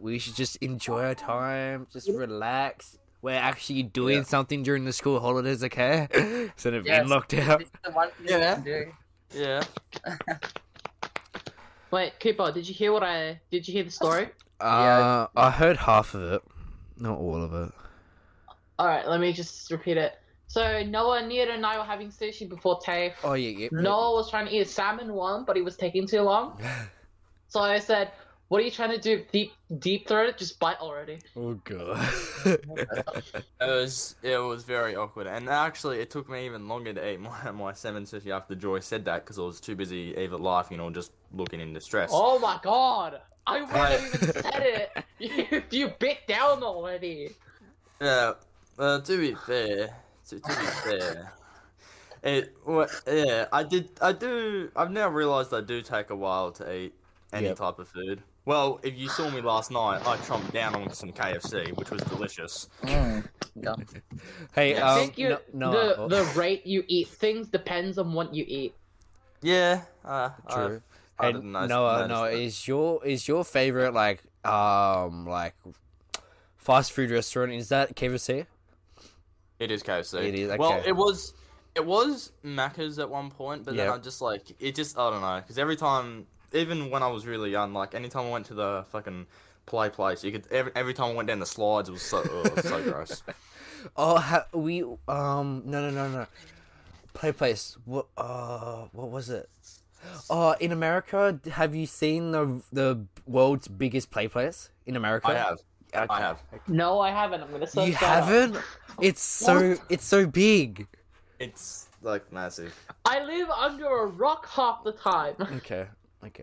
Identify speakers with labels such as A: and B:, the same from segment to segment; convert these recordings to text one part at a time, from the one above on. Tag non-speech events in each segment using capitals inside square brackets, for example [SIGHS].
A: we should just enjoy our time, just relax. We're actually doing something during the school holidays, okay? [LAUGHS] Instead of being
B: Yes.
A: locked
C: [LAUGHS]
A: out.
B: It's the one thing
D: Yeah.
B: you can do.
D: Yeah.
C: Wait, Cooper, did you hear what I did? You hear the story?
A: Uh, I heard half of it, not all of it.
C: All right, let me just repeat it. So Noah, Nita, and I were having sushi before TAFE.
A: Oh yeah, yeah. yeah.
C: Noah was trying to eat a salmon one, but he was taking too long. So I said, "What are you trying to do? Deep, deep throat? it? Just bite already."
A: [LAUGHS] Oh god.
D: It was it was very awkward, and actually, it took me even longer to eat my [LAUGHS] my salmon sushi after Joy said that because I was too busy either laughing or just looking in distress.
C: Oh my god! I wouldn't
D: Right.
C: have even said it. [LAUGHS] You, you bit down already.
D: Yeah. Uh, to be fair, to, to be fair, it wa yeah. I did. I do. I've now realised I do take a while to eat any
A: Yep.
D: type of food. Well, if you saw me last night, I chomped down on some KFC, which was delicious.
B: Mm, yum.
A: hey,
D: Yeah.
C: I
A: um,
C: think you,
A: no, uh,
C: the
A: Noah,
C: the rate you eat things depends on what you eat.
D: Yeah. Uh, I-
A: True.
D: I,
A: And
D: didn't know,
A: Noah, Noah, uh, is your is your favorite like um like fast food restaurant is that KFC?
D: It is KFC.
A: It is,
D: Well,
A: okay.
D: it was it was Macca's at one point, but then
A: Yep.
D: I'm just like it just I don't know because every time, even when I was really young, like anytime I went to the fucking play place, you could every, every time I went down the slides, it was so oh, it was
A: [LAUGHS]
D: so gross.
A: Oh, ha- we um no no no no play place. What uh what was it? Uh, in America, have you seen the the world's biggest play place in America?
D: I have,
A: Okay.
D: I have.
C: No, I haven't. I'm gonna search
A: You
C: that up.
A: haven't? It's so it's so big.
D: It's like massive.
C: I live under a rock half the time.
A: Okay. Okay.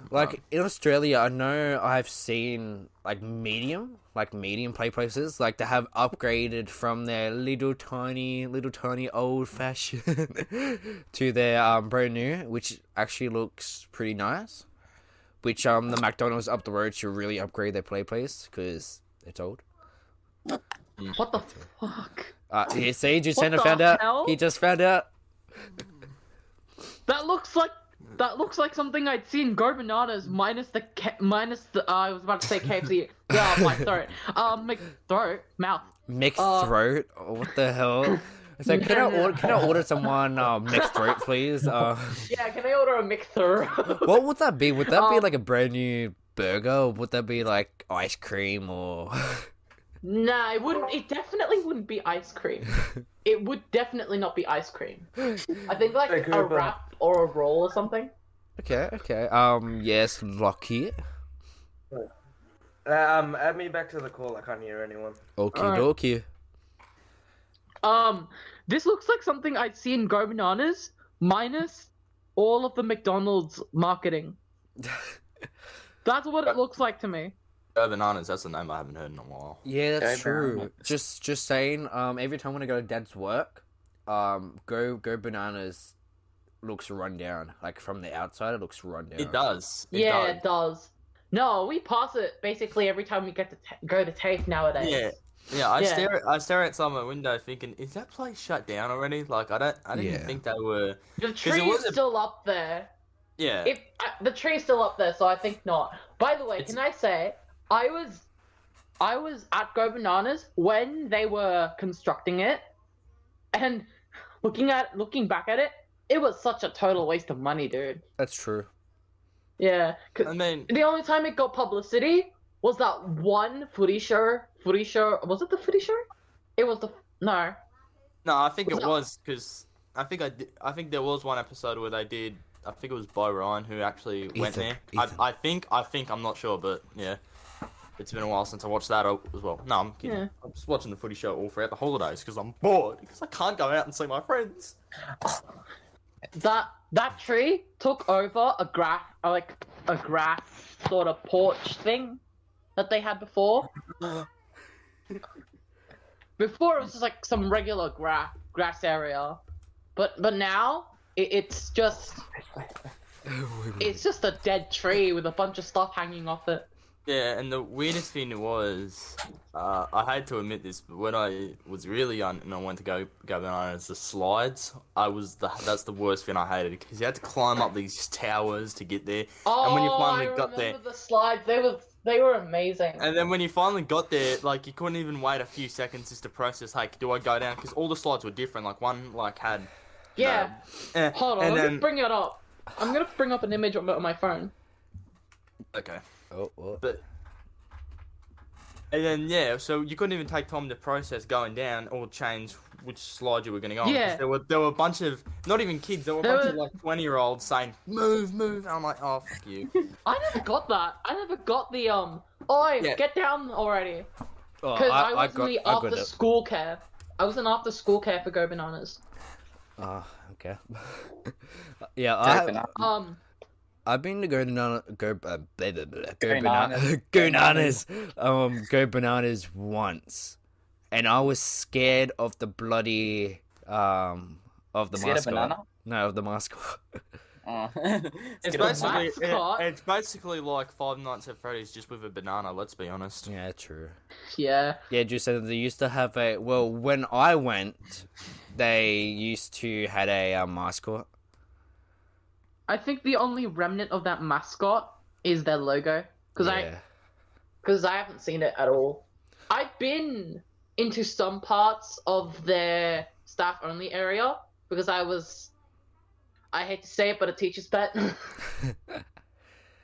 C: Um,
A: Like in Australia, I know I've seen like medium, like medium play places, like they have upgraded from their little tiny, little tiny old fashioned [LAUGHS] to their um, brand new, which actually looks pretty nice. Which um the McDonald's up the road should really upgrade their play place because it's old.
C: What the fuck? [GASPS]
A: Uh, you see,
C: What
A: Jacinda
C: the
A: found out.
C: hell?
A: He just found out.
C: That looks like that looks like something I'd seen. Go Bananas minus the ca- minus the. Uh, I was about to say KFC. [LAUGHS] yeah, my throat. Um, my throat, mouth.
A: mixed
C: Uh,
A: throat. Oh, what the hell? So can I order, can I order someone uh, mixed throat, please? Uh,
C: Yeah, can I order a mixed throat?
A: what would that be? Would that be
C: Um,
A: like a brand new burger? Or would that be like ice cream or?
C: [LAUGHS]
A: [LAUGHS]
C: nah, it wouldn't. It definitely wouldn't be ice [LAUGHS] cream. It would definitely not be ice cream. I think like
B: Hey,
C: a
B: Cooper.
C: wrap or a roll or something.
A: okay, okay. Um, yes, Lockheed.
B: Um, add me back to the call. I can't hear anyone.
A: Okie
C: Alright.
A: dokie.
C: Um, this looks like something I'd see in Go Bananas minus all of the McDonald's
D: [LAUGHS]
C: marketing. That's what it looks like to me.
D: Go Uh, bananas. That's a name I haven't heard in a while.
A: Yeah, that's
B: Okay,
A: true.
B: bananas.
A: Just just saying. Um, every time when I go to Dad's work, um, go go bananas looks run down. Like from the outside, it looks run down.
D: It does. It
C: yeah,
D: does.
C: it does. No, we pass it basically every time we get to ta go to TAFE nowadays.
D: Yeah. Yeah, I
C: Yeah.
D: stare at I stare outside my window thinking, is that place shut down already? Like I don't I didn't
A: Yeah.
D: think they were
C: The
D: 'Cause it
C: tree's
D: was a-
C: still up there.
D: Yeah.
C: If uh, the tree's still up there, so I think not. By the way,
D: It's-
C: can I say I was, I was at Go Bananas when they were constructing it, and looking at looking back at it, it was such a total waste of money, dude.
A: That's true.
C: Yeah, 'cause
D: I mean
C: the only time it got publicity was that one footy show. Footy show was it the footy show? It was the no.
D: No, I think
C: Was
D: it
C: it-
D: was because I think I, di- I think there was one episode where they did. I think it was Bo Ryan who actually went
A: Ethan,
D: there.
A: Ethan.
D: I, I think I think I'm not sure, but yeah, it's been a while since I watched that o- as well. No, I'm kidding.
C: Yeah.
D: I'm just watching the footy show all throughout the holidays because I'm bored because I can't go out and see my friends.
C: that that tree took over a grass like a grass sort of porch thing that they had before. before it was just like some regular grass grass area, but but now it, it's just it's just a dead tree with a bunch of stuff hanging off it.
D: Yeah, and the weirdest thing was, uh, I had to admit this, but when I was really young and I went to go go bananas, the slides, I was the that's the worst thing I hated because you had to climb up these towers to get there,
C: Oh,
D: and when you finally
C: I
D: got there,
C: remember the slides. They were They were amazing.
D: And then when you finally got there, like you couldn't even wait a few seconds just to process. Like, do I go down? Because all the slides were different. Like one like had.
C: yeah.
D: Eh,
C: Hold on,
D: and
C: I'm
D: then,
C: gonna bring it up. I'm gonna bring up an image on, on my phone.
D: okay,
A: Oh, oh.
D: but. And then yeah, so you couldn't even take time to process going down or change which slide you were going to go on. 'cause
C: Yeah.
D: There were there were a bunch of not even kids. There were a
C: There
D: bunch of
C: were-
D: like twenty year olds saying move move. And I'm like oh fuck you.
C: [LAUGHS] I never got that. I never got the um. Oi,
D: Yeah.
C: get down already.
A: Oh,
C: Because I, was
A: got-
C: in the
A: I got
C: after
A: it.
C: school care. I was in after school care for Go Bananas.
A: Ah, okay. [LAUGHS] yeah,
E: Go
A: I,
E: bananas.
C: Um,
A: I've been to go banana, go uh, blah, blah, blah, go
E: Go
A: bananas,
E: bananas.
A: [LAUGHS] go bananas, um, go bananas once, and I was scared of the bloody um of the
E: Scared of
A: mascot.
E: banana?
A: No, of the mascot. [LAUGHS]
E: Oh. [LAUGHS]
D: It's
E: Scared of
D: basically
C: mascot.
D: it- it's basically like Five Nights at Freddy's just with a banana. Let's be honest.
A: yeah, true.
C: yeah.
A: Yeah, just said they used to have a. Well, when I went, they used to had a uh, mascot.
C: I think the only remnant of that mascot is their logo. Because I
A: Yeah.
C: because I haven't seen it at all. I've been into some parts of their staff only area because I was I hate to say it, but a teacher's pet. [LAUGHS]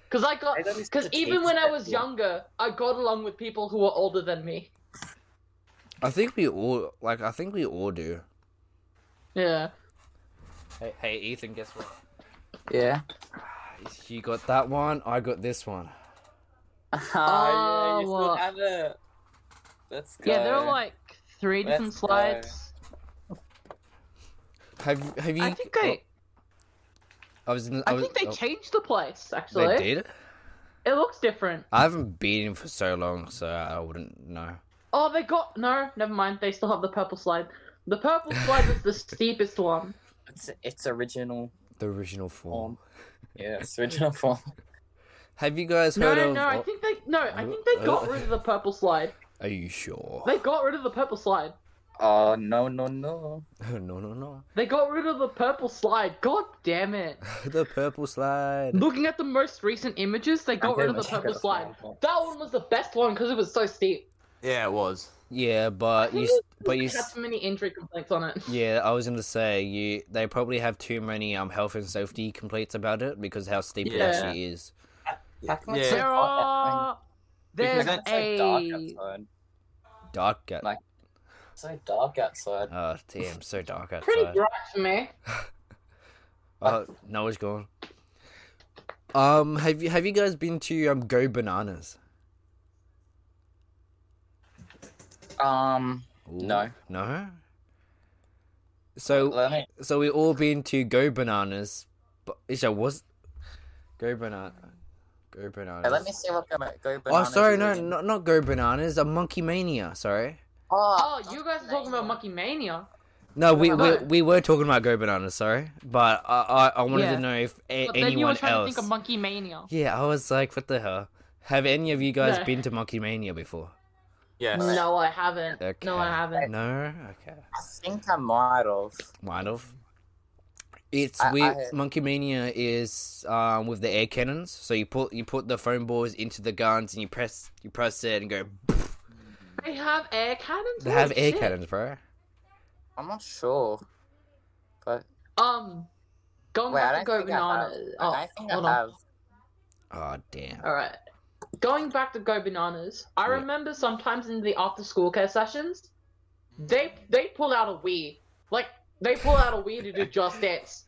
C: Because I got
E: I don't miss
C: because
E: the
C: even
E: teacher's
C: when I
E: pet,
C: was
E: yeah.
C: younger, I got along with people who were older than me.
A: I think we all like. I think we all do.
C: Yeah.
A: Hey, hey, Ethan, guess what?
E: [LAUGHS] yeah.
A: You got that one. I got this one.
E: Oh, yeah, you still
C: what?
E: have it. Let's go.
C: Yeah, there are like three
E: Let's
C: different
E: go.
C: slides.
A: Have Have you?
C: I think I
A: I was. In, I,
C: I
A: was,
C: think they
A: oh,
C: changed the place actually.
A: They did.
C: It looks different.
A: I haven't been him for so long, so I wouldn't know.
C: Oh, they got no. Never mind. They still have the purple slide. The purple slide was the [LAUGHS] steepest one.
E: It's, it's original
A: The original form.
E: form. Yeah, it's original [LAUGHS] form.
A: Have you guys
C: No,
A: heard
C: no,
A: of?
C: no. I think they no. I think they got rid of the purple slide.
A: Are you sure?
C: They got rid of the purple slide.
E: Oh, no, no, no.
A: [LAUGHS] no, no, no.
C: They got rid of the purple slide. God damn it!
A: the purple slide.
C: Looking at the most recent images, they got
E: Okay,
C: rid of the
E: let's check
C: purple
E: out the
C: slide.
E: purple.
C: That one was the best one because it was so steep.
D: Yeah, it was.
A: Yeah,
C: I
A: but you.
C: think
A: s-
C: [LAUGHS] it
A: But you.
C: had
A: s-
C: so many injury complaints on it.
A: Yeah, I was gonna say you. They probably have too many um health and safety complaints about it because how steep it
D: Yeah.
A: actually is.
E: How come
D: Yeah.
E: it's so
C: There are.
E: hot,
D: Because
C: There's
E: that thing? It's so dark
C: a.
E: outside.
A: Dark. Out-
E: Like- It's so dark outside.
A: oh damn, so dark
C: Pretty
A: outside.
C: bright for me.
A: Oh, Noah's gone. Um, have you have you guys been to um Go Bananas?
E: Um,
A: Ooh,
E: No.
A: No. So
E: let me.
A: so we all been to Go Bananas, but so was Go Banana, Go Bananas.
E: Hey, let me see what go, go
A: oh,
E: bananas
A: sorry,
E: is
A: no,
E: in.
A: not not Go Bananas. A Monkey Mania. Sorry.
C: Oh, you guys are talking about Monkey Mania.
A: No, we, we
C: about-
A: we were talking about Go Bananas. Sorry, but I I, I wanted
C: Yeah.
A: to know if a-
C: But then you were
A: anyone
C: trying
A: else.
C: to think of Monkey Mania.
A: yeah, I was like, what the hell? Have any of you guys
C: No.
A: been to Monkey Mania before?
D: Yes.
C: No, I haven't.
A: Okay.
C: No, I haven't.
A: No. Okay.
E: I think I might have.
A: Might have. It's
E: I-
A: we
E: I-
A: Monkey Mania is um, with the air cannons. So you put you put the foam balls into the guns and you press you press it and go.
C: They have air cannons.
A: They
C: Holy
A: have air
C: shit.
A: cannons, bro.
E: I'm not sure. But
C: Um, going
E: wait, I
C: back
E: don't
C: to go
E: think I have.
C: bananas.
E: I
C: Oh,
E: don't think I
C: hold on.
E: have.
A: Oh damn.
C: all right. Going back to go bananas. I
A: Yeah.
C: remember sometimes in the after school care sessions, they they pull out a Wii. Like they pull out a Wii to do
E: [LAUGHS]
C: Just Dance.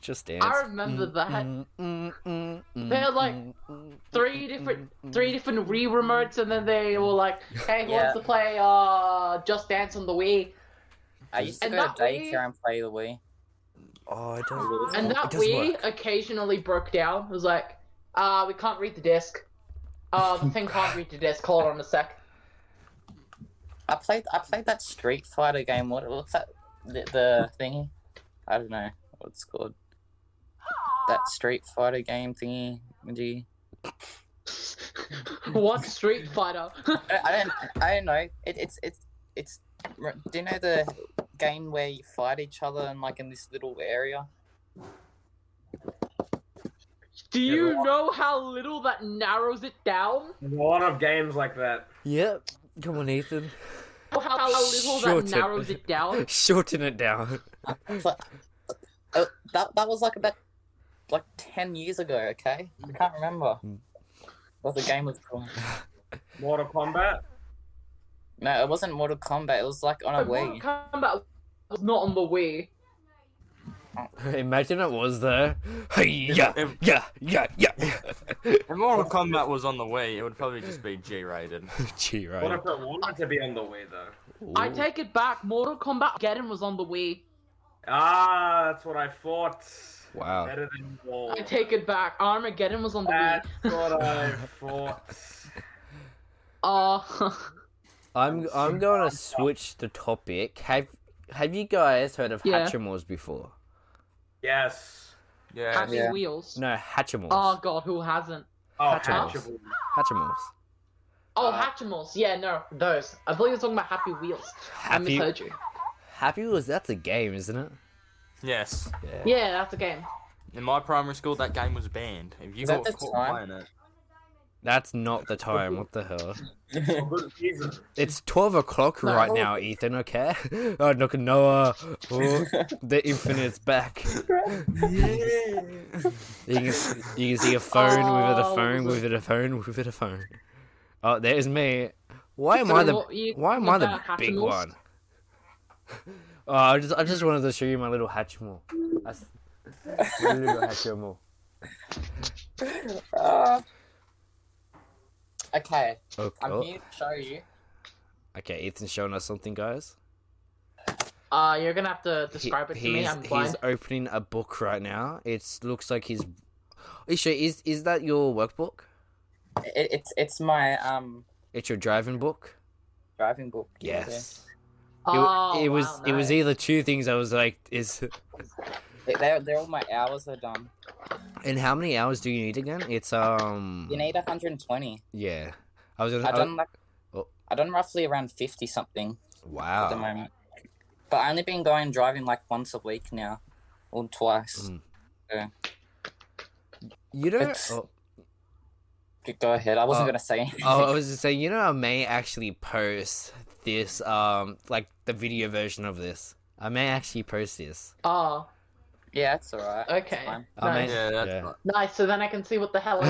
A: Just dance. Mm,
C: remember that.
A: that.
C: They had, like,
A: mm,
C: Three different three different Wii remotes, and then they were like, "Hey, who
E: Yeah.
C: wants to play uh Just Dance on the Wii?"
E: I used to
C: And
E: go
C: that
E: to daycare
C: Wii-
E: and play the Wii.
A: Oh, I don't.
C: And
A: Oh,
C: that
A: it does
C: Wii
A: work.
C: occasionally broke down. It was like, uh, we can't read the disc.
A: [LAUGHS]
C: Uh, the thing can't read the disc. Hold on a sec. [LAUGHS]
E: I played. I played that Street Fighter game. What? What's that? The, the thingy. I don't know what it's called. That Street Fighter game thingy. Gee.
C: what Street Fighter? [LAUGHS]
E: I I don't. I don't know. It, it's it's it's. Do you know the game where you fight each other and like in this little area?
C: Do
B: Yeah,
C: you
B: but-
C: know how little that narrows it down?
B: There's a lot of games like that.
A: Yep. Come on, Ethan.
C: How, how little
A: Shorten.
C: that narrows it
A: [LAUGHS]
C: down?
A: Shorten it down. [LAUGHS]
E: It's like, uh, that that was like about like ten years ago. Okay, I can't remember what the game was called.
B: Mortal Kombat.
E: No, it wasn't Mortal Kombat. It was like on a
C: Like, Mortal
E: Wii.
C: Kombat was not on the Wii.
A: Imagine it was there. Hey, [LAUGHS] yeah,
D: If-
A: yeah, yeah, yeah. [LAUGHS]
D: If Mortal Kombat was on the way, it would probably just be G
E: [LAUGHS]
D: rated.
A: Gee,
B: What
A: right.
B: if it wanted to be on the Wii though?
C: I take it back. Mortal Kombat Geddon was on the Wii.
B: Ah, that's what I thought.
A: Wow.
B: Better than all.
C: I take it back. Armageddon was on the
B: That's
C: Wii.
A: [LAUGHS]
B: what I thought.
C: Uh,
A: [LAUGHS] I'm I'm going to switch the topic. Have Have you guys heard of
C: Yeah.
A: Hatchimals before?
B: Yes.
D: Yeah.
C: Happy
E: Yeah.
C: Wheels.
A: No, Hatchimals.
C: Oh god, who hasn't?
B: Oh,
A: Hatchimals.
B: hatchable.
A: Hatchimals.
C: Oh,
B: Uh,
C: Hatchimals. Yeah, no, those. I thought you were talking about Happy Wheels. I
A: Happy
C: misheard you.
A: Happy Wheels. That's a game, isn't it?
D: Yes.
C: Yeah, that's a game.
D: In my primary school, that game was banned. If you
E: Is
D: got
E: that the
D: caught
E: time?
D: playing it,
A: That's not the time. What the hell?
B: For Oh, good reason.
A: It's twelve o'clock
C: No.
A: right now, Ethan. Okay. [LAUGHS] Oh, look at Noah. Oh, the infinite's back. You can, s- you can see a phone with it, a
C: Oh,
A: phone with it, a phone with it, a phone. Oh, there's me. Why am
C: So
A: I the
C: what you
A: Why am
C: think
A: I the
C: about
A: big
C: Hatchimals?
A: one? [LAUGHS] Oh, I just I just wanted to show you my little Hatchimal. I s- my little Hatchimal.
E: Uh, okay,
A: Oh,
E: I'm
A: oh.
E: here to show you.
A: Okay, Ethan's showing us something, guys.
C: Uh, you're gonna have to
A: He-
C: describe it to me.
A: he's-
C: I'm blind.
A: He's opening a book right now. It looks like he's. Isha, is is that your workbook?
E: It, it's it's my um
A: It's your driving book.
E: driving book.
A: Yes. It,
C: Oh,
A: it was
C: wow,
A: it was
C: nice.
A: either two things. I was like, is
E: They- They're, they're all my hours are done.
A: and how many hours do you need again? It's um.
E: You need 120.
A: Yeah, I was gonna.
E: I
A: I
E: done like
A: Uh, oh.
E: I done roughly around 50 something at the
A: wow.
E: moment. But I only been going driving like once a week now, or twice.
A: Mm. You don't.
E: It's-
A: Oh,
E: G- Go ahead. I wasn't
A: Uh,
E: gonna say anything.
A: oh, I was just saying. You know, I may actually post this. Um, like the video version of this. I may actually post this.
C: Oh,
E: [LAUGHS] yeah, it's alright. It's
C: okay.
E: fine.
A: I may.
C: Nice. Oh,
D: yeah, that's
A: Yeah.
C: nice. So then I can see what the hell
A: [LAUGHS]
C: it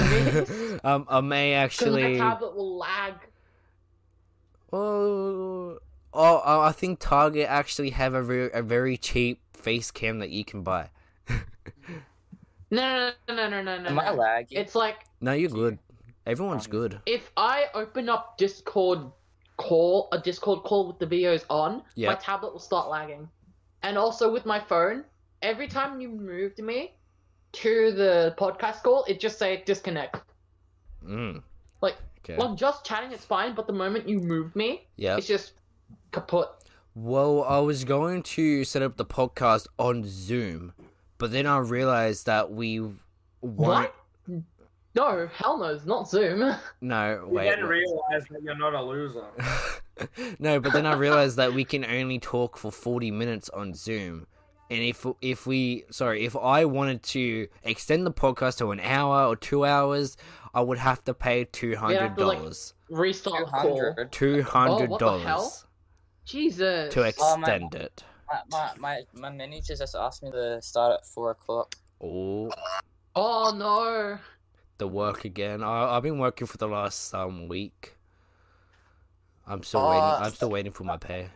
C: is.
A: um, I may
C: Because my
A: actually.
C: tablet will lag.
A: Uh, Oh, oh, oh, I think Target actually have a, re- a very cheap face cam that you can buy.
C: No, no, no, no, no, no,
E: Am I
C: no. no.
E: laggy?
C: It's like
A: No, you're good. Everyone's good.
C: if I open up Discord call, a Discord call with the videos on,
A: Yeah.
C: my tablet will start lagging. And also with my phone, every time you moved me to the podcast call, it just say disconnect.
A: Mm.
C: Like-
A: okay.
C: Like just chatting, it's fine. But the moment you move me,
A: yeah.
C: it's just kaput.
A: Well, I was going to set up the podcast on Zoom, but then I realized that we won't.
C: What? No, hell no, it's not Zoom. [LAUGHS]
A: No,
B: You
A: wait.
B: then realize that you're not a loser.
A: no, but then I realized that we can only talk for 40 minutes on Zoom. And if if we sorry, if I wanted to extend the podcast to an hour or 2 hours, I would have to pay $200.
C: Restart the call.
E: 200.
A: $200
C: Oh, what the hell? Jesus.
A: to
E: Oh, my-
A: extend it.
E: My, my, my, my manager just asked me to start at 4 o'clock.
A: Oh,
C: oh no.
A: the work again. I I've been working for the last um week. I'm still
E: Oh.
A: waiting. I'm still waiting for my pay.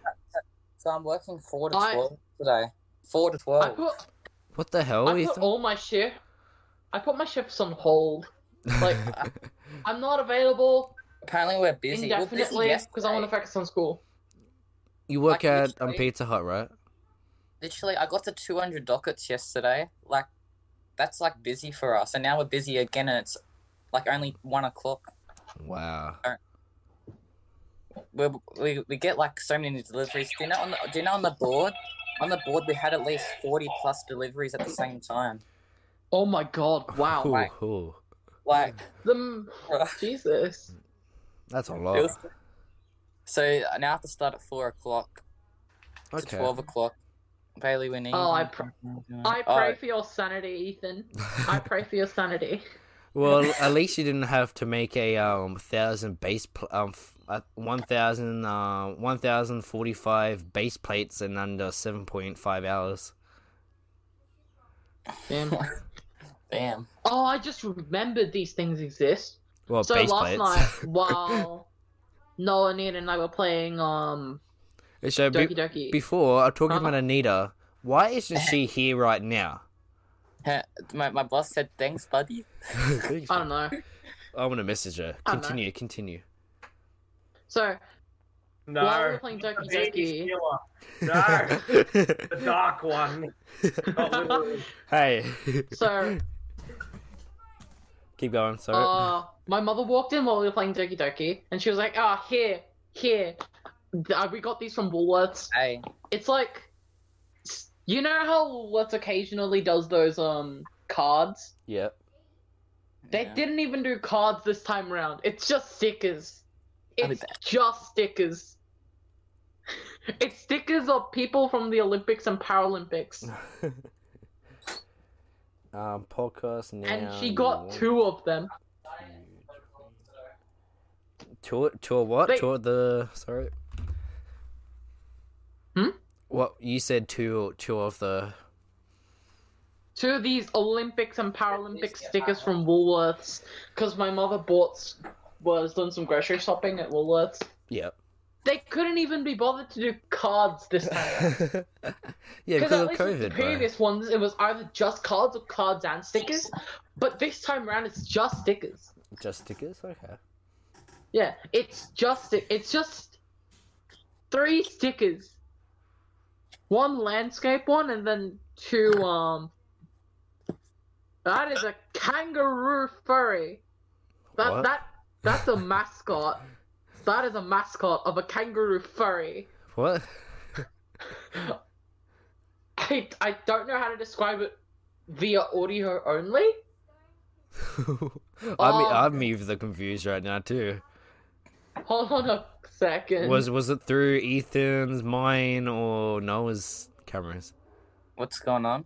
E: So I'm working 4 to
C: I-
E: 12 today. 4 to
C: I
E: 12.
C: put
A: What the
E: Oh,
A: hell,
C: I put
A: Ethan?
C: all my shift. I put my shifts on hold. like, I'm not available
E: Apparently we're busy. We're busy
C: indefinitely because I want to
E: yesterday.
C: focus on school.
A: [LAUGHS] you work
E: like,
A: at um,
E: literally-
A: Pizza Hut, right?
E: Literally, I got to 200 dockets yesterday. Like, that's like busy for us. And now we're busy again and it's like only 1 o'clock.
A: Wow.
E: we, we, we get like so many deliveries. Do you know on the, do you know on the board? On the board, we had at least forty plus deliveries at the same time.
C: Oh my god! Wow.
A: Ooh,
E: like-
A: ooh.
E: Like,
C: The
E: [LAUGHS]
C: Jesus.
A: That's a
E: it
A: lot.
E: was- uh, so now I have to start at four o'clock to
A: Okay.
E: twelve o'clock Bailey, we need.
C: Oh, I
E: you.
C: pr- I
E: Oh,
C: pray for your sanity, Ethan.
E: [LAUGHS]
C: I pray for your sanity.
A: Well, at least you didn't have to make a um thousand base pl- um f- uh, one thousand uh one thousand forty five base plates in under seven point five hours.
C: Damn.
E: [LAUGHS] Damn.
C: Oh, I just remembered these things exist.
A: Well,
C: so
A: base
C: last
A: plates.
C: night, [LAUGHS] while Noah, Nina, and I were playing um
A: [LAUGHS] so be-
C: Doki Doki,
A: before I'm talking
C: Uh-huh.
A: about Anita. Why isn't
C: [LAUGHS]
A: she here right [LAUGHS] now?
E: Heh, My, my boss said, thanks, buddy.
A: Thanks,
C: I
A: man.
C: don't know.
A: I want to message her.
C: I don't know.
A: Continue, continue.
C: So
B: No.
C: while we were playing
B: The
C: Doki
B: baby
C: Doki,
B: stealer. No. the dark one.
C: [LAUGHS]
B: Not literally.
A: [LAUGHS] hey. [LAUGHS]
C: so
A: Keep going. Sorry.
C: uh, my mother walked in while we were playing Doki Doki, and she was like, "Ah, here, here, uh, we got these from Woolworths.
E: Hey,
C: It's like, you know how Woolworths occasionally does those um cards."
A: yep.
C: They
E: Yeah.
C: didn't even do cards this time around. It's just stickers.
E: I mean,
C: It's just stickers. [LAUGHS] it's stickers of people from the Olympics and
E: [LAUGHS]
C: Paralympics.
A: [LAUGHS] um, podcast now.
C: and she
A: you
C: got
A: want-
C: two of them.
A: Tour, tour what?
C: They-
A: Tour the sorry.
C: Hmm?
A: What you said? Two, two of the.
C: Two of these Olympics and Paralympic stickers from Woolworths. Because my mother bought, s- was doing some grocery shopping at Woolworths.
A: Yep. [LAUGHS]
C: They couldn't even be bothered to do cards
A: [LAUGHS]
C: this time.
A: yeah, because
C: at
A: of
C: least with
A: COVID,
C: the
A: bro.
C: previous ones, it was either just cards or cards and stickers. But this time around, it's just stickers.
A: Just stickers. Okay.
C: Yeah, it's just it's just three stickers. One landscape one and then two um That is a kangaroo furry. That
A: What?
C: that that's a mascot. that is a mascot of a kangaroo furry.
A: What? [LAUGHS]
C: I I don't know how to describe it via audio only.
A: I'm
C: Oh.
A: I'm even confused right now too.
C: Hold on a second.
A: Was was it through Ethan's, mine, or Noah's cameras?
E: what's going on?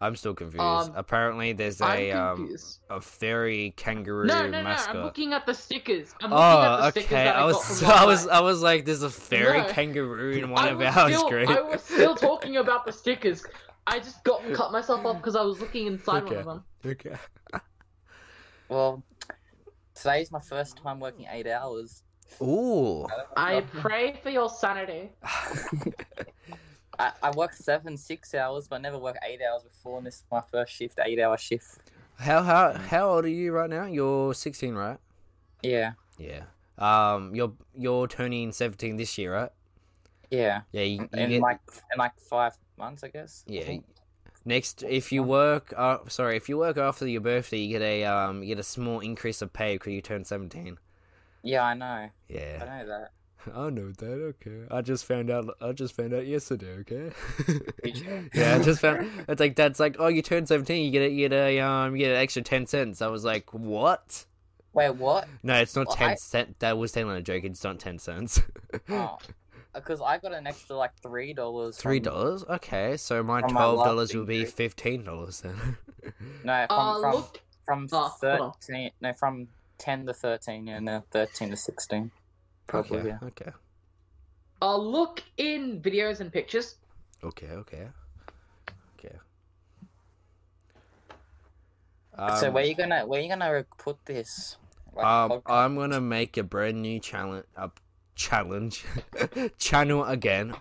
A: I'm still confused.
C: Um,
A: Apparently, there's
C: I'm
A: a um
C: confused.
A: a fairy kangaroo
C: No, no,
A: mascot.
C: no! I'm looking at the stickers. I'm looking at the
A: Oh,
C: stickers
A: okay.
C: that I,
A: I
C: got
A: was, [LAUGHS]
C: from
A: so,
C: last
A: I was,
C: night.
A: I was like, "There's a fairy
C: No.
A: kangaroo in one
C: I
A: of
C: was
A: ours."
C: still,
A: Great.
C: I was still talking about the stickers. I
A: [LAUGHS]
C: just got cut myself off because I was looking inside one
A: Okay.
C: of them.
A: Okay.
E: Well, today's my first time working eight hours.
A: Ooh.
C: I pray for your sanity.
E: I, I work seven, six hours, but I never worked eight hours before, and this is my first shift, eight hour shift.
A: How how how old are you right now? You're 16, right?
E: Yeah,
A: Yeah. Um, you're you're turning 17 this year, right?
E: yeah.
A: Yeah. You, you
E: in
A: get,
E: like in like five months, I guess.
A: Yeah. next if you work. Uh, sorry, if you work after your birthday, you get a um, you get a small increase of pay because you turn 17.
E: Yeah, I know. I
A: Yeah.
E: know that.
A: [LAUGHS] I know that. Okay, I just found out. I just found out yesterday. Okay.
E: Did you?
A: [LAUGHS] yeah, I just found. It's like dad's like, oh, you turn seventeen, you get a, you get a um, you get an extra ten cents. I was like, what?
E: Wait,
A: [LAUGHS]
E: what?
A: No, it's not
E: Well,
A: ten
E: I-
A: cent. That was telling a joke. It's not ten
E: [LAUGHS]
A: cents.
E: Oh, because I got an extra like three dollars.
A: Three dollars. Okay, so my
E: From my last
A: twelve dollars will be
E: increase.
A: fifteen dollars then. [LAUGHS]
E: No, from
C: Uh,
E: from
C: look,
E: from
C: Oh, hold on.
E: thirteen. No, from ten to thirteen, and then thirteen to sixteen. Probably.
A: okay.
E: Yeah.
A: Okay.
C: uh, look in videos and pictures.
A: Okay. Okay. Okay. Um,
E: so where you gonna where you gonna re- put this? Like,
A: Um,
E: podcast?
A: I'm gonna make a brand new challenge, uh, challenge [LAUGHS] channel again,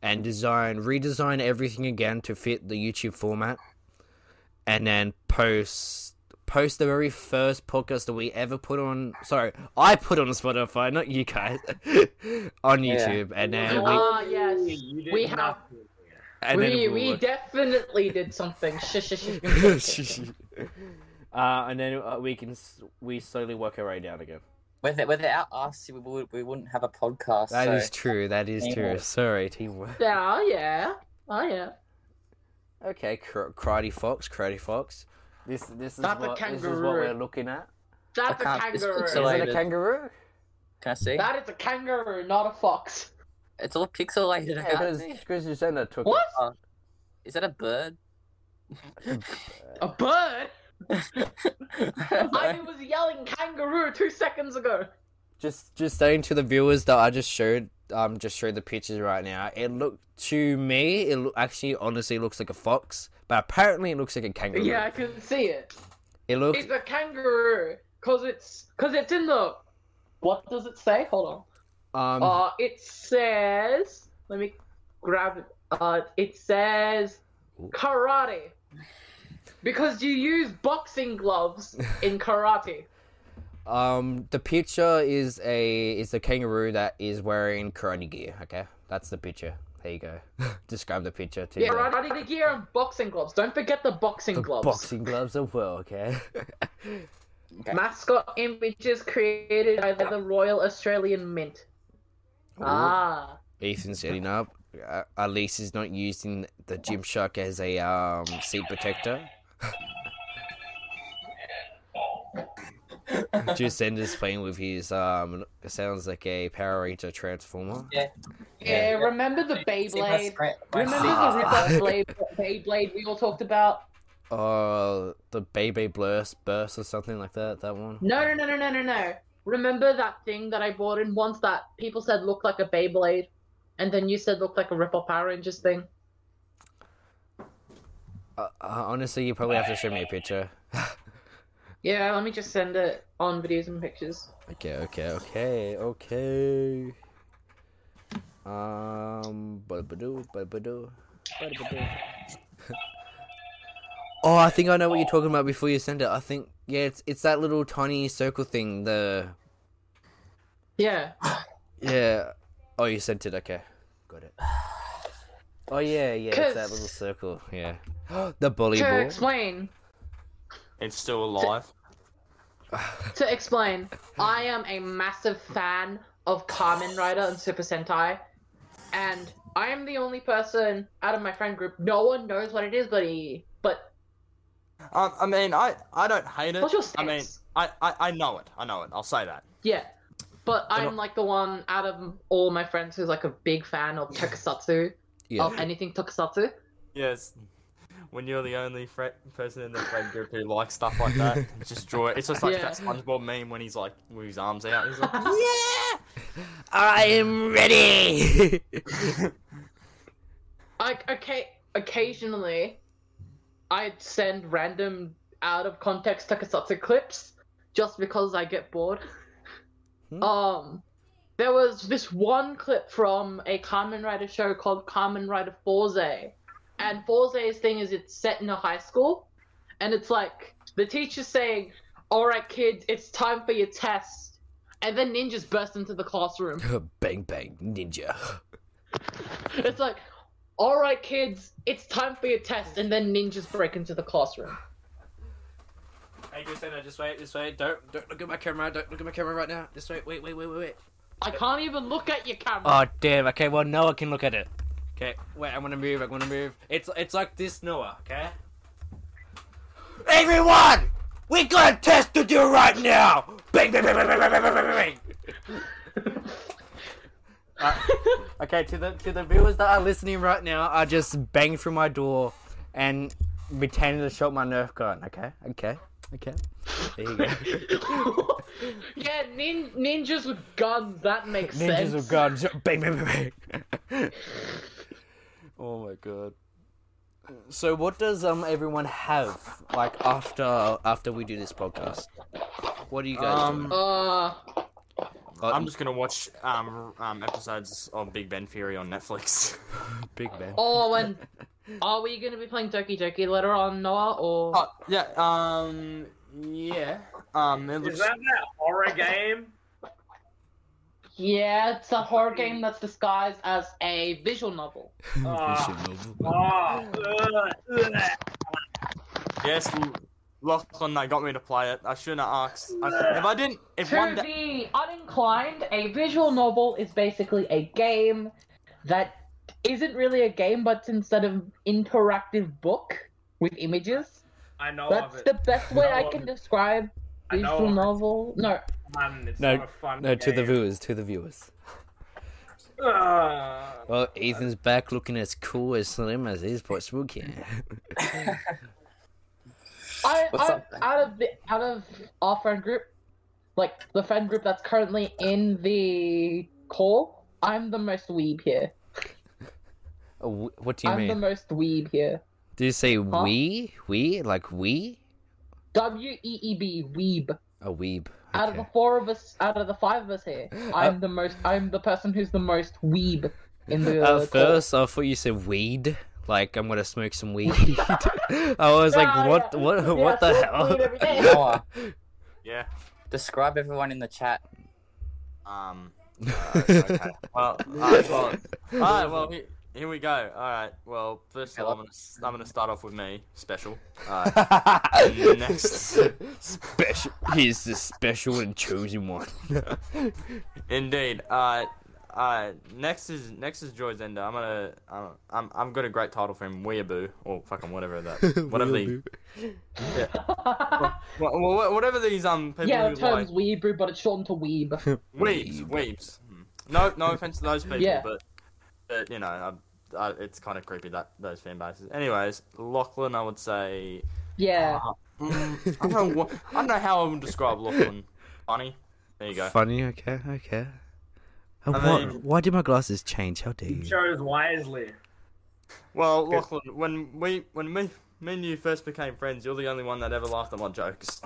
A: and design, redesign everything again to fit the YouTube format, and then post, post the very first podcast that we ever put on. Sorry, I put on Spotify, not you guys, [LAUGHS] on
E: Yeah.
A: YouTube, and then we,
C: Ah, yes.
B: You did
C: We have-
B: nothing.
A: and then
C: we
A: we'll-
C: we [LAUGHS] definitely did something. Shush, shush, shush, shush, shush, shush.
A: [LAUGHS] Uh, and then uh, we can s- we slowly work our way down again.
E: With- without us, we would we wouldn't have a podcast.
A: That is
E: so
A: true. That is true.
E: Teamwork.
A: Sorry, teamwork.
C: oh yeah, oh yeah.
A: Okay, cr- Karate Fox, Karate Fox. This this is
C: That's a
A: what this is what
C: kangaroo.
A: we're looking at.
C: That's a
E: I can't- it's
C: kangaroo.
E: pixelated.
A: Is it a kangaroo?
E: can I see?
C: That is a kangaroo, not a fox.
E: It's all pixelated. I [LAUGHS] can't
A: because
E: see.
A: Chris Jacinda took
C: What?
E: Is that a bird? [LAUGHS]
A: [LAUGHS]
C: A bird? I
E: I
C: was yelling kangaroo two seconds ago.
A: just just saying to the viewers that I just showed um just showed the pictures right now. It looked to me it loo- actually honestly looks like a fox, but apparently it looks like a kangaroo.
C: Yeah, I can see it.
A: It looks
C: It's a kangaroo because it's because it's in the. What does it say? Hold on.
A: um
C: Uh, it says. Let me grab it. Uh, it says karate. Because you use
A: [LAUGHS]
C: boxing gloves in karate.
A: um the picture is a is a kangaroo that is wearing karate gear, okay? That's the picture. There you go. [LAUGHS] Describe the picture to
C: Yeah,
A: the-
C: karate gear and boxing gloves. Don't forget the boxing
A: the
C: gloves.
A: boxing gloves as well, okay? [LAUGHS]
C: Mascot images created by the Royal Australian Mint. Ah.
A: Ethan's setting up. Uh, at least it's not using the gym shark as a um seat protector. Jacinda's playing with his um. It sounds like a Power Ranger transformer.
C: Yeah, remember the
E: see my
C: Beyblade?
E: screen- my
C: Remember
E: screen-
C: the Rizzo Blade, Beyblade we all talked about?
A: Oh, the baby burst, burst or something like that. That one.
C: No, no, no, no, no, no, no. Remember that thing that I bought in once that people said looked like a Beyblade, and then you said looked like a Ripple Power Rangers thing?
A: Uh, uh, honestly, you probably have to show me a picture.
C: Yeah, let me just send it on videos and pictures.
A: Okay, okay, okay, okay. Um, ba-ba-doo, ba-ba-doo, ba-ba-doo. [LAUGHS] oh, I think I know what you're talking about before you send it. I think yeah, it's it's that little tiny circle thing. The
C: Yeah.
A: yeah. Oh, you sent it. Okay, got it. Oh yeah, yeah. It's that
C: Cause-
A: little circle. Yeah. [GASPS] the bully
C: To
A: ball.
C: explain,
D: It's still alive.
C: to explain, I am a massive fan of Kamen Rider and Super Sentai, and I am the only person out of my friend group. No one knows what it is, but he, but
D: Um, I mean, I, I don't hate it.
C: What's your
D: I mean,
C: stance?
D: I, I, I know it. I know it. I'll say that.
C: yeah, but
D: They're
C: I'm like the one out of all my friends who's like a big fan of tokusatsu
A: Yeah.
C: of anything tokusatsu.
D: Yes. When you're the only fre- person in the friend group who likes stuff like that, just draw it. It's just like
C: Yeah.
D: that SpongeBob meme when he's like with his arms out. He's like,
E: [LAUGHS]
A: I am ready. [LAUGHS]
C: Like okay, occasionally, I'd send random out of context tokusatsu clips just because I get bored.
A: Hmm.
C: Um, there was this one clip from a Kamen Rider show called Kamen Rider Forze, and Forze's thing is it's set in a high school, and it's like the teacher's saying, "All right, kids, it's time for your test," and then ninjas burst into the classroom.
A: bang bang ninja.
C: It's like, all right, kids, it's time for your test, and then ninjas break into the classroom.
A: Hey, Jacinda, just wait, just wait. Don't, don't look at my camera. Don't look at my camera right now. Just wait, wait, wait, wait, wait, wait.
C: I can't even look at your camera.
A: Oh damn. Okay, well Noah can look at it. Okay, wait. I'm gonna move. I'm gonna move. It's it's like this Noah. Okay. Everyone, we got a test to do right now. Bang bang bang bang bang bang bang bang. bang, bang.
D: [LAUGHS]
A: Uh, okay, to the to the viewers that are listening right now, I just banged through my door and pretended to shot my Nerf gun. Okay, okay, okay. There you go.
C: yeah, nin- ninjas with guns, that makes sense.
A: Ninjas with guns. Bang, bang, bang, bang. [LAUGHS] oh my god. So what does um everyone have like after after we do this podcast? What do you guys
D: Um,
A: doing?
C: Uh,
A: Oh,
D: I'm just gonna watch um, um episodes of Big Ben Fury on Netflix.
A: big man.
C: [LAUGHS] oh, and are we going to be playing Doki Doki later on, Noah, or...
D: Oh yeah. Um yeah. Um, it
B: Is
D: looks.
B: that that horror game?
C: [LAUGHS] Yeah, it's a horror game that's disguised as a visual novel.
A: [LAUGHS]
B: Oh, ugh, ugh.
D: Yes, Lachlan, they got me to play it. I shouldn't have asked. I, if I didn't, if
C: To
D: one day,
C: the uninclined, a visual novel is basically a game that isn't really a game, but it's instead of interactive book with images.
B: I know
C: That's
B: of it.
C: the best way I
B: No,
C: can describe
B: I know
C: visual
B: of it.
C: novel. No,
B: Fun. It's
A: No,
B: not a fun
A: No, to the
B: game.
A: viewers, to the viewers.
B: Ugh. Ah.
A: Well, Ethan's back looking as cool as slim as his possible can.
C: I,
E: What's
C: I
E: up?
C: out of the out of our friend group, like the friend group that's currently in the call, I'm the most weeb here.
A: Oh, wh- What do you
C: I'm the
A: mean?
C: most weeb here.
A: Do you say we? We? Like we?
C: W e e b weeb.
A: A weeb.
C: Out of
A: Okay. Uh,
C: the four of us, out of the five of us here, I'm the most. I'm the person who's the most weeb in the call.
A: At Uh, first, I thought you said weed. Like I'm gonna smoke some weed. [LAUGHS] I was like,
C: Yeah,
A: what?
C: yeah.
A: What?
C: Yeah,
A: what the
C: smoke weed every day.
A: hell?
E: Noah,
C: [LAUGHS]
D: Yeah.
E: describe everyone in the chat.
D: Um. uh, okay. Well, alright, well, alright, well he- here we go. All right. Well, first of all, I'm gonna, I'm gonna start off with me special. All
A: [LAUGHS]
D: right. Next.
A: special. He's the special and chosen [LAUGHS] one.
D: Indeed. Uh, uh, next is next is Joy's Ender. I'm gonna I'm I'm I'm got a great title for him, Weeaboo or fucking
A: [LAUGHS]
D: whatever that whatever the wha- wha- whatever these um
C: [LAUGHS]
D: people
C: yeah,
D: who
C: the
D: like
C: term's weeb, but it's shortened to weeb.
D: weebs weebs. Hmm. No no offense to those people,
C: Yeah.
D: but but you know I, I, it's kind of creepy that those fan bases. Anyways, Lachlan, I would say
C: Yeah.
D: mm, I don't know what, I don't know how I would describe Lachlan. Funny. There you go.
A: Funny. Okay. Okay. Oh,
D: I
A: what-
D: mean-
A: why did my glasses change? How dare you?
B: Chose wisely.
D: Well, Lachlan, when we when me me and you first became friends, you're the only one that ever laughed at my jokes.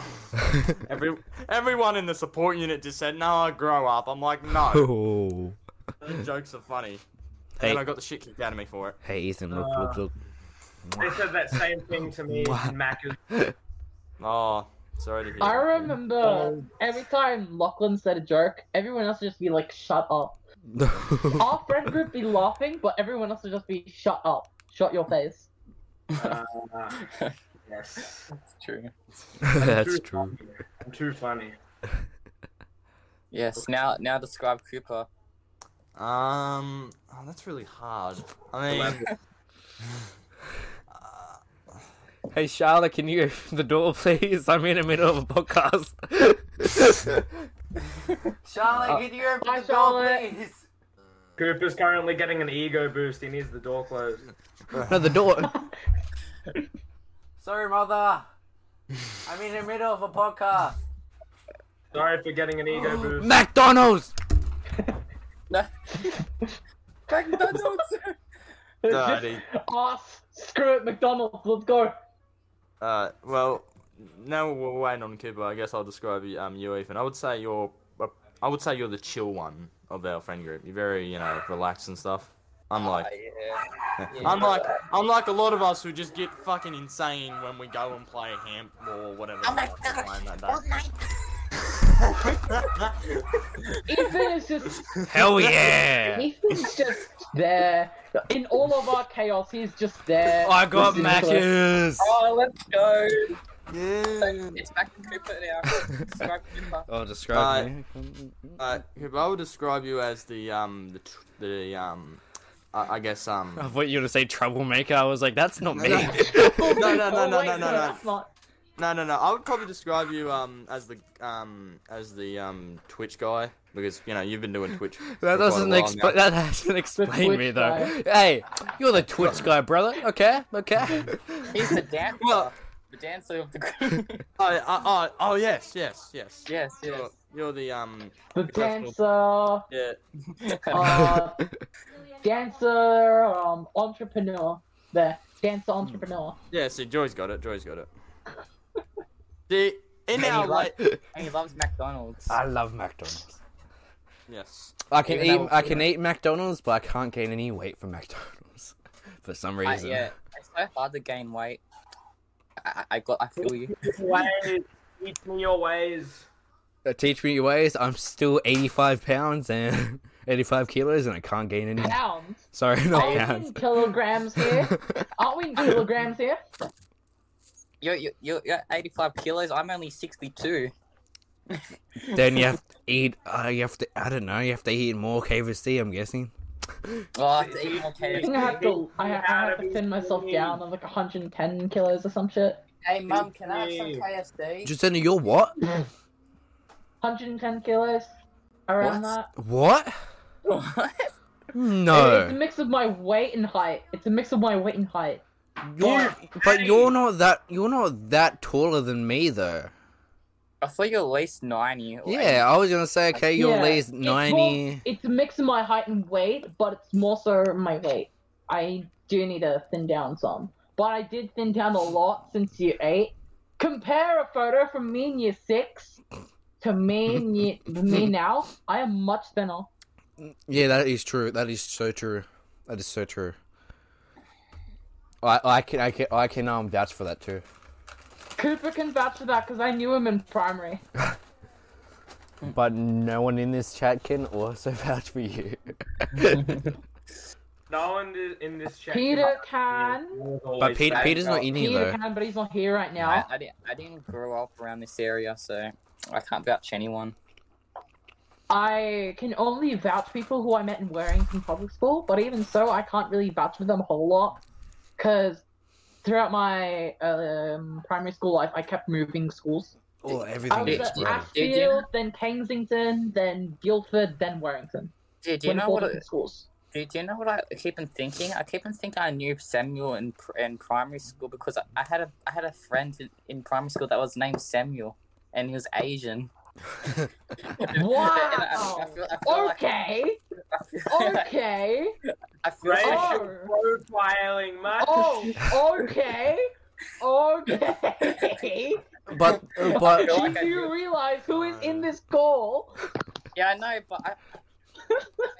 D: Every everyone in the support unit just said, "No, I grow up." I'm like,
A: [LAUGHS]
D: "No,
A: [LAUGHS] oh.
D: the jokes are funny."
A: Hey.
D: And then I got the shit kicked out of me for it.
A: Hey, Ethan. Look. Look.
C: Uh,
A: Look.
B: They said that same thing to me in Mac is
D: Oh, sorry to hear.
C: I
D: that.
C: remember
A: "Oh."
C: every time Lachlan said a joke, everyone else would just be like, "Shut up."
A: [LAUGHS]
C: Our friend group be laughing, but everyone else would just be, "Shut up, shut your face."
B: uh, [LAUGHS]
A: [LAUGHS]
B: yes.
E: That's true.
A: That's
B: Too
A: true.
B: funny. I'm too funny.
E: Yes. Now, now describe Cooper. [LAUGHS]
D: Um, oh, that's really hard. I mean,
A: Hey, Charlotte, can you [LAUGHS] open the door, please? I'm in the middle of a
D: [LAUGHS]
A: podcast.
F: Charlotte, can you open
C: Hi,
F: the door,
C: Charlotte.
F: please?
B: Cooper's currently getting an ego boost. He needs the door closed.
A: no, the door.
F: Sorry, mother. I'm in the middle of a podcast.
B: Sorry for getting
C: [GASPS]
B: an ego
A: [LAUGHS]
B: boost.
A: McDonald's!
C: [LAUGHS]
E: McDonald's.
C: It's just,
D: dirty.
C: "Oh, s- screw it, McDonald's. Let's go.
D: Uh, well, now we're waiting on Cooper. I guess I'll describe you, um, you, Ethan. I would say you're, uh, I would say you're the chill one of our friend group. You're very, you know, relaxed and stuff. Unlike, [LAUGHS] unlike, unlike a lot of us who just get fucking insane when we go and play hemp or whatever. the fuck we're playing that day.
C: Ethan is just,
A: Hell [LAUGHS] yeah!
C: Ethan's just there. In all of our chaos, he's just there.
A: I got
C: Listening to us.
A: Macca's!
E: [LAUGHS] oh, let's go.
D: [LAUGHS] Yeah.
E: It's back to Cooper now. Describe Cooper.
A: [LAUGHS] Oh, describe me.
D: Uh, Cooper, I would describe you as the um the tr- the um, I, I guess um.
A: I thought you were going to say troublemaker. I was like, that's not [LAUGHS] me.
D: no, no, no,
C: Oh,
D: no, no,
C: wait,
D: no, no.
C: that's not-
D: No, no, no. I would probably describe you um as the um as the um Twitch guy because you know you've been doing Twitch.
A: [LAUGHS] that
D: for quite a
A: doesn't
D: while
A: explain.
D: now.
A: That doesn't explain me
C: Twitch
A: though. Hey, you're the Twitch guy, brother. Okay, okay.
E: He's the dancer.
D: Well-
E: the dancer of the group. [LAUGHS]
D: Oh, oh, oh, oh, yes, yes, yes.
E: yes.
D: You're,
E: Yes.
D: you're the um
C: The
D: Professional.
C: dancer,
D: yeah.
A: [LAUGHS]
C: [LAUGHS] uh, dancer, um, entrepreneur. There, dancer, entrepreneur.
D: Yeah, see Joy's got it. Joy's got it. The in
E: [LAUGHS] Hey,
D: our
E: like-
D: la-
E: and [LAUGHS] he loves McDonald's.
A: I love McDonald's.
D: Yes.
A: I can
E: Even that
A: eat.
E: was
A: I can eat McDonald's, but I can't gain any weight from McDonald's [LAUGHS] for some
E: I-
A: reason.
E: yeah, it's so hard to gain weight. I, I I got. I feel you.
B: Ways. Teach me your ways.
A: Uh, Teach me your ways. I'm still 85 pounds and [LAUGHS] 85 kilos, and I can't gain any.
C: Pounds.
A: Sorry, [LAUGHS] not
C: Are we in
A: pounds.
C: kilograms here?
A: [LAUGHS]
C: Are we in kilograms here?
E: You're, you're, you're you're 85 kilos. I'm only 62.
A: then you have to eat. Uh, you have to. I don't know. You have to eat more KFC. I'm guessing.
E: Oh, I have to eat more
C: I
E: calories.
C: think I have to. I, I have to thin myself down. I'm like 110 kilos or some shit.
F: Hey, mum,
B: can I have some
F: KFC?
A: Just you're what?
C: 110 kilos. Around
E: What?
A: What?
E: What?
C: that. It's a
A: No,
C: mix of my weight and height. It's a mix of my weight and height.
A: you're, but you're not that you're not that taller than me though.
E: [LAUGHS] I thought you were at least 90. or
A: Yeah, I was gonna say okay, you're
C: Yeah,
A: at least
C: it's more-
A: ninety.
C: it's a mix of my height and weight, but it's more so my weight. I do need to thin down some, but I did thin down a lot since year eight. Compare a photo from me in year six to me
A: [LAUGHS]
C: in year, me now. I am much thinner.
A: Yeah, that is true. That is so true. That is so true. I I can I can I can um vouch for that too.
C: Cooper can vouch for that because I knew him in primary.
A: But no one in this chat can also [LAUGHS] vouch for
C: [LAUGHS]
A: you.
B: No one i- in this chat.
C: Peter can.
A: But
B: But
A: Pete,
E: that-
A: Peter's not in here
C: Peter
A: though.
C: can, but he's not here right now.
E: I, I, didn't, I didn't grow up around this area, so I can't vouch anyone.
C: I can only vouch for people who I met in Warrington Public School, but even so, I can't really vouch for them a whole lot because throughout my um, primary school life, I kept moving schools.
A: Oh,
C: I
A: everything
C: was
E: Did-
A: gets
C: at
E: did-
A: better.
E: did
C: Ashfield, then Kensington, then Guildford, then Warrington.
E: Dude, do you
C: Went
E: know
C: four
E: what?
C: different schools.
E: Do, do you know what I keep on thinking? I keep on thinking I knew Samuel in pr- in primary school because I, I had a I had a friend in, in primary school that was named Samuel, and he was
C: [LAUGHS]
E: Asian. [LAUGHS]
C: Wow.
E: feel- I feel like-
C: Okay.
E: [LAUGHS] I feel like-
C: Okay.
E: [LAUGHS] I feel like I should-
C: Oh.
B: profiling much.
C: Oh. Okay. Okay.
A: But
E: [LAUGHS] I
A: but [LAUGHS]
E: feel like I
C: Do you
E: do.
C: realize who is in this call?
E: Yeah, I know, but I.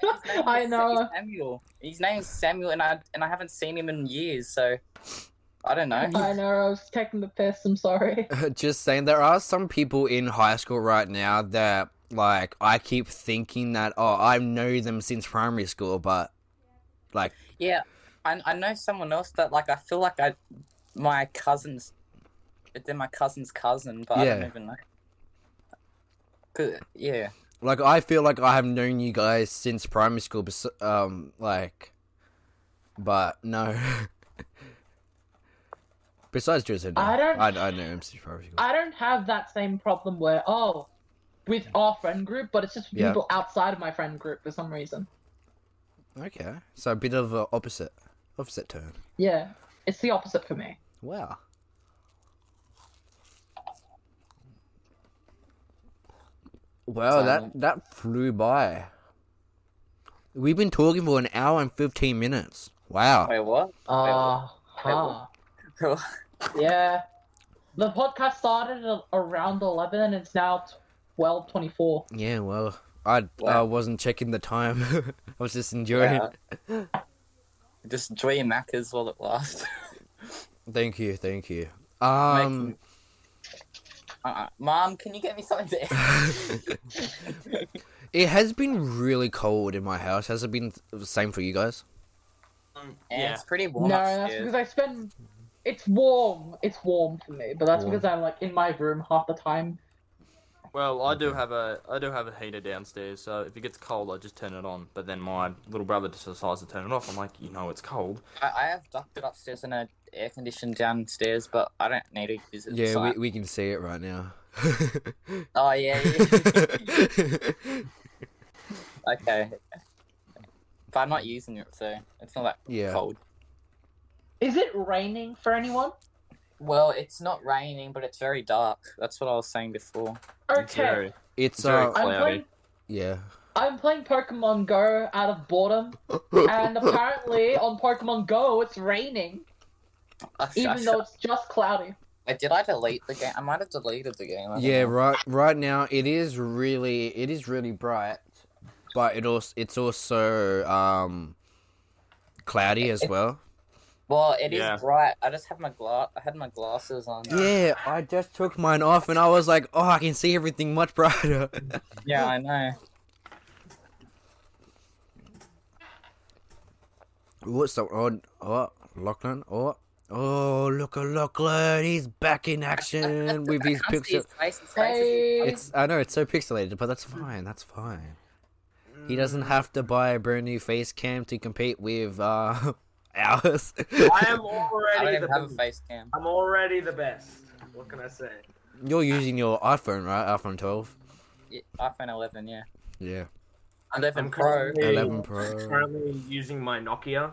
E: his name
C: I
E: is
C: know.
E: Samuel. His name is Samuel, and I and I haven't seen him in years, so I don't know.
C: I know, I was taking the piss, I'm sorry.
A: just saying, there are some people in high school right now that like I keep thinking that oh I know them since primary school, but like
E: Yeah, I, I know someone else that like I feel like I my cousins, they're my cousin's cousin, but I don't
A: Yeah.
E: even know. 'Cause- yeah,
A: like I feel like I have known you guys since primary school. bes- Um, like, but no. [LAUGHS] Besides Jason, no.
C: I don't-
A: I, I know him since primary school.
C: I don't have that same problem where, oh, with our friend group, but it's just with
A: Yeah.
C: people outside of my friend group for some reason.
A: Okay, so a bit of a opposite, opposite turn.
C: Yeah. It's the opposite for me.
A: Wow. Wow, that
E: Silent.
A: that flew by. We've been talking for an hour and fifteen minutes. Wow.
E: wait, what?
C: Ah.
E: Huh.
C: yeah. The podcast started at around 11 and it's now 12.24.
A: Yeah. Well, I I
E: Wow.
A: wasn't checking the time. [LAUGHS] I was just enjoying.
E: Wow. Just enjoy your macas while it [LAUGHS] lasts.
A: Thank you. Thank you. Um.
E: Uh, Mom, can you get me something to eat?
A: Um, [LAUGHS] It has been really cold in my house. Has it been the same for you guys?
E: Yeah,
D: Yeah.
E: it's pretty
C: No,
E: warm
C: that's
E: upstairs.
C: because I spend. It's warm. It's warm for me, but that's
A: Warm.
C: because I'm like in my room half the time.
D: Well, I do have a I do have a heater downstairs, so if it gets cold, I just turn it on. But then my little brother just decides to turn it off. I'm like, you know, it's cold.
E: I, I have ducted upstairs and a air conditioned downstairs, but I don't need to use it.
A: Yeah,
E: so I-
A: we, we can see it right now. [LAUGHS]
E: Oh yeah. [LAUGHS] yeah. okay. But I'm not using it, so it's not that
A: yeah.
E: cold.
C: Is it raining for anyone?
E: Well, it's not raining, but it's very dark. That's what I was saying before.
D: It's
C: Okay.
D: very-
A: It's
D: Very
A: uh.
D: cold.
C: I'm playing,
A: Yeah.
C: I'm playing Pokemon Go out of boredom, and apparently on Pokemon Go it's raining,
E: I, I-
C: even though it's just cloudy.
E: I- did I delete the game? I might have deleted the game. I don't
A: Yeah,
E: know.
A: right. Right now, it is really, it is really bright, but it also, it's also um, cloudy as well.
E: Well, it is
D: Yeah.
E: bright. I just have my glass. I had my glasses on.
A: Yeah, I just took mine off, and I was like, oh, I can see everything much brighter. [LAUGHS]
E: Yeah, I know.
A: What's the oh, oh Lachlan? Oh, oh, look at Lachlan. He's back in
B: [LAUGHS]
A: action with his
E: I see
A: pixel.
E: his face, his face is-
C: Hey,
A: It's I know it's so pixelated, but that's fine. That's fine. He
B: Mm.
A: doesn't have to buy a brand new face cam to compete with uh, [LAUGHS] ours.
B: I
A: [LAUGHS]
B: am
E: I don't
B: already the
E: even have a
B: best.
E: face cam.
B: I'm already the best. What can I say?
A: You're using your iPhone, right? iPhone 12.
E: Yeah, iPhone 11, yeah.
A: Yeah.
E: Eleven [LAUGHS]
B: I'm
E: Pro.
B: currently-
A: 11 Pro.
B: Currently using my Nokia.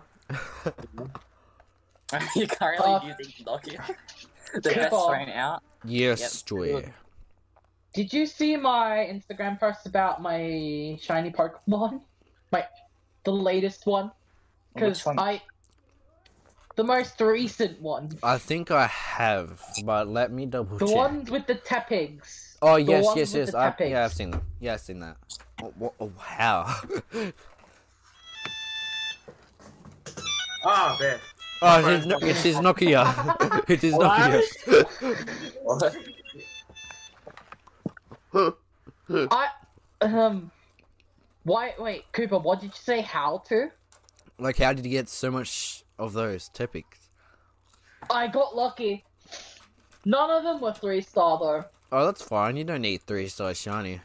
E: You're currently
C: Uh,
E: using Nokia. [LAUGHS] The
C: yeah.
E: best phone out.
A: Yes, Joy.
E: good.
C: Did you see my Instagram post about my shiny Pokemon? [LAUGHS] My the latest one? Because
E: Which one?
C: I the most recent one.
A: I think I have, but let me double
C: The
A: check.
C: ones with the tapigs.
A: Oh
C: The
A: yes,
C: ones
A: yes,
C: with
A: yes.
C: the
A: I, yeah, I've
C: tapigs.
A: seen them. Yeah, I've seen that. Oh, wha- oh, wow.
B: Ah, there.
A: [LAUGHS] oh, it is, no- it is [LAUGHS] Nokia. It is Nokia.
C: I um why wait, Cooper, what did you say how to?
A: like, how did you get so much of those topics?
C: I got lucky. None of them were three star though.
A: Oh, that's fine. You don't need three star shiny.